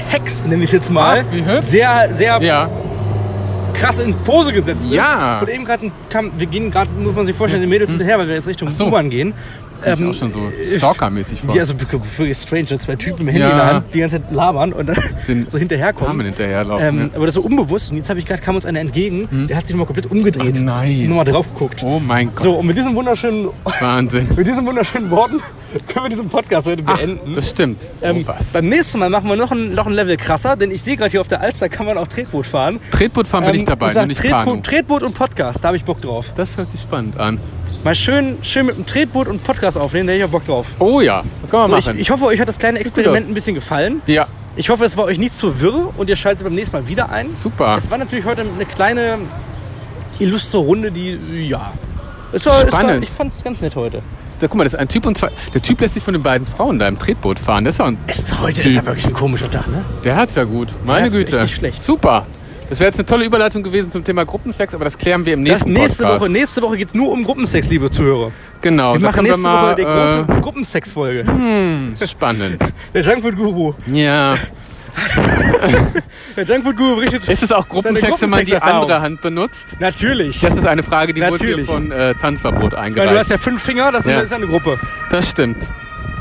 [SPEAKER 1] Hecks, nenne ich jetzt mal,
[SPEAKER 2] Ach, wie hübsch.
[SPEAKER 1] sehr, sehr
[SPEAKER 2] Ja,
[SPEAKER 1] krass in Pose gesetzt
[SPEAKER 2] Ja. Hm.
[SPEAKER 1] ist. Und eben gerade kam, wir gehen gerade, muss man sich vorstellen, den Mädels hinterher, weil wir jetzt Richtung
[SPEAKER 2] so.
[SPEAKER 1] U-Bahn gehen. Ähm,
[SPEAKER 2] das ist auch schon so stalkermäßig vor.
[SPEAKER 1] Die also wirklich strange, zwei Typen mit Handy
[SPEAKER 2] Ja.
[SPEAKER 1] in der Hand, die ganze Zeit labern und dann
[SPEAKER 2] Den
[SPEAKER 1] so hinterherkommen.
[SPEAKER 2] Namen hinterherlaufen. ne?
[SPEAKER 1] Ähm,
[SPEAKER 2] ja. Hm.
[SPEAKER 1] aber das war unbewusst und jetzt habe ich gerade kam uns einer entgegen, der hat sich nochmal komplett umgedreht.
[SPEAKER 2] Ach nein.
[SPEAKER 1] Und Nochmal drauf geguckt.
[SPEAKER 2] Oh mein Gott,
[SPEAKER 1] So, und mit diesem wunderschönen
[SPEAKER 2] Wahnsinn.
[SPEAKER 1] mit diesen wunderschönen Worten können wir diesen Podcast heute beenden.
[SPEAKER 2] Das stimmt. So
[SPEAKER 1] ähm,
[SPEAKER 2] was.
[SPEAKER 1] beim nächsten Mal machen wir noch ein, noch ein Level krasser, denn ich sehe gerade hier auf der Alster kann man auch Tretboot fahren.
[SPEAKER 2] Tretboot fahren bin
[SPEAKER 1] Ähm,
[SPEAKER 2] ich dabei,
[SPEAKER 1] sag,
[SPEAKER 2] nur nicht Kanu.
[SPEAKER 1] Tretboot, Tretboot und Podcast, da habe ich Bock drauf.
[SPEAKER 2] Das hört sich spannend an.
[SPEAKER 1] Mal schön, schön mit dem Tretboot und Podcast aufnehmen, da hätte ich auch Bock drauf.
[SPEAKER 2] Oh ja, das können wir
[SPEAKER 1] So, ich,
[SPEAKER 2] machen.
[SPEAKER 1] ich hoffe, euch hat das kleine
[SPEAKER 2] gut
[SPEAKER 1] Experiment
[SPEAKER 2] aus.
[SPEAKER 1] ein bisschen gefallen.
[SPEAKER 2] ja,
[SPEAKER 1] Ich hoffe, es war euch nicht zu wirr und ihr schaltet beim nächsten Mal wieder ein.
[SPEAKER 2] super.
[SPEAKER 1] Es war natürlich heute eine kleine illustre Runde, die, ja. Es war, es war,
[SPEAKER 2] Spannend.
[SPEAKER 1] ich fand es ganz nett heute.
[SPEAKER 2] da, guck mal, das ist ein Typ und zwei. Der Typ lässt sich von den beiden Frauen da im Tretboot fahren. Das ist ja ein,
[SPEAKER 1] Ist, heute ist ja wirklich ein komischer Tag, ne?
[SPEAKER 2] der hat's ja gut. Meine
[SPEAKER 1] hat's echt
[SPEAKER 2] Güte.
[SPEAKER 1] nicht schlecht.
[SPEAKER 2] Super. Das wäre jetzt eine tolle Überleitung gewesen zum Thema Gruppensex, aber das klären wir im
[SPEAKER 1] Das
[SPEAKER 2] nächsten
[SPEAKER 1] nächste
[SPEAKER 2] Podcast.
[SPEAKER 1] Woche, nächste Woche geht's nur um Gruppensex, liebe Zuhörer.
[SPEAKER 2] Genau.
[SPEAKER 1] Wir
[SPEAKER 2] da
[SPEAKER 1] machen
[SPEAKER 2] können
[SPEAKER 1] nächste Woche die
[SPEAKER 2] wir
[SPEAKER 1] große
[SPEAKER 2] mal,
[SPEAKER 1] Gruppensex-Folge.
[SPEAKER 2] äh, Spannend.
[SPEAKER 1] Der Junkfood-Guru.
[SPEAKER 2] Ja.
[SPEAKER 1] Der Junkfood-Guru berichtet.
[SPEAKER 2] Ist es auch Gruppensex, wenn man die
[SPEAKER 1] Gruppensex-Erfahrung.
[SPEAKER 2] andere Hand benutzt?
[SPEAKER 1] Natürlich.
[SPEAKER 2] Das ist eine Frage, die
[SPEAKER 1] Natürlich.
[SPEAKER 2] wurde hier von äh, Tanzverbot
[SPEAKER 1] Weil
[SPEAKER 2] eingereicht.
[SPEAKER 1] du hast ja fünf Finger, das
[SPEAKER 2] Ja.
[SPEAKER 1] ist eine Gruppe.
[SPEAKER 2] das stimmt.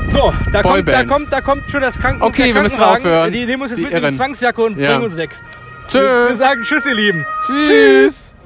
[SPEAKER 1] So, da kommt, da
[SPEAKER 2] Boyband.
[SPEAKER 1] kommt, da kommt schon das Kranken
[SPEAKER 2] Okay,
[SPEAKER 1] der
[SPEAKER 2] wir müssen
[SPEAKER 1] Krankenwagen.
[SPEAKER 2] aufhören.
[SPEAKER 1] Die nehmen uns jetzt
[SPEAKER 2] Die
[SPEAKER 1] mit in die
[SPEAKER 2] Irren.
[SPEAKER 1] Zwangsjacke und
[SPEAKER 2] Ja.
[SPEAKER 1] bringen uns weg. Wir
[SPEAKER 2] Tschö.
[SPEAKER 1] sagen Tschüss, ihr Lieben.
[SPEAKER 2] Tschüss.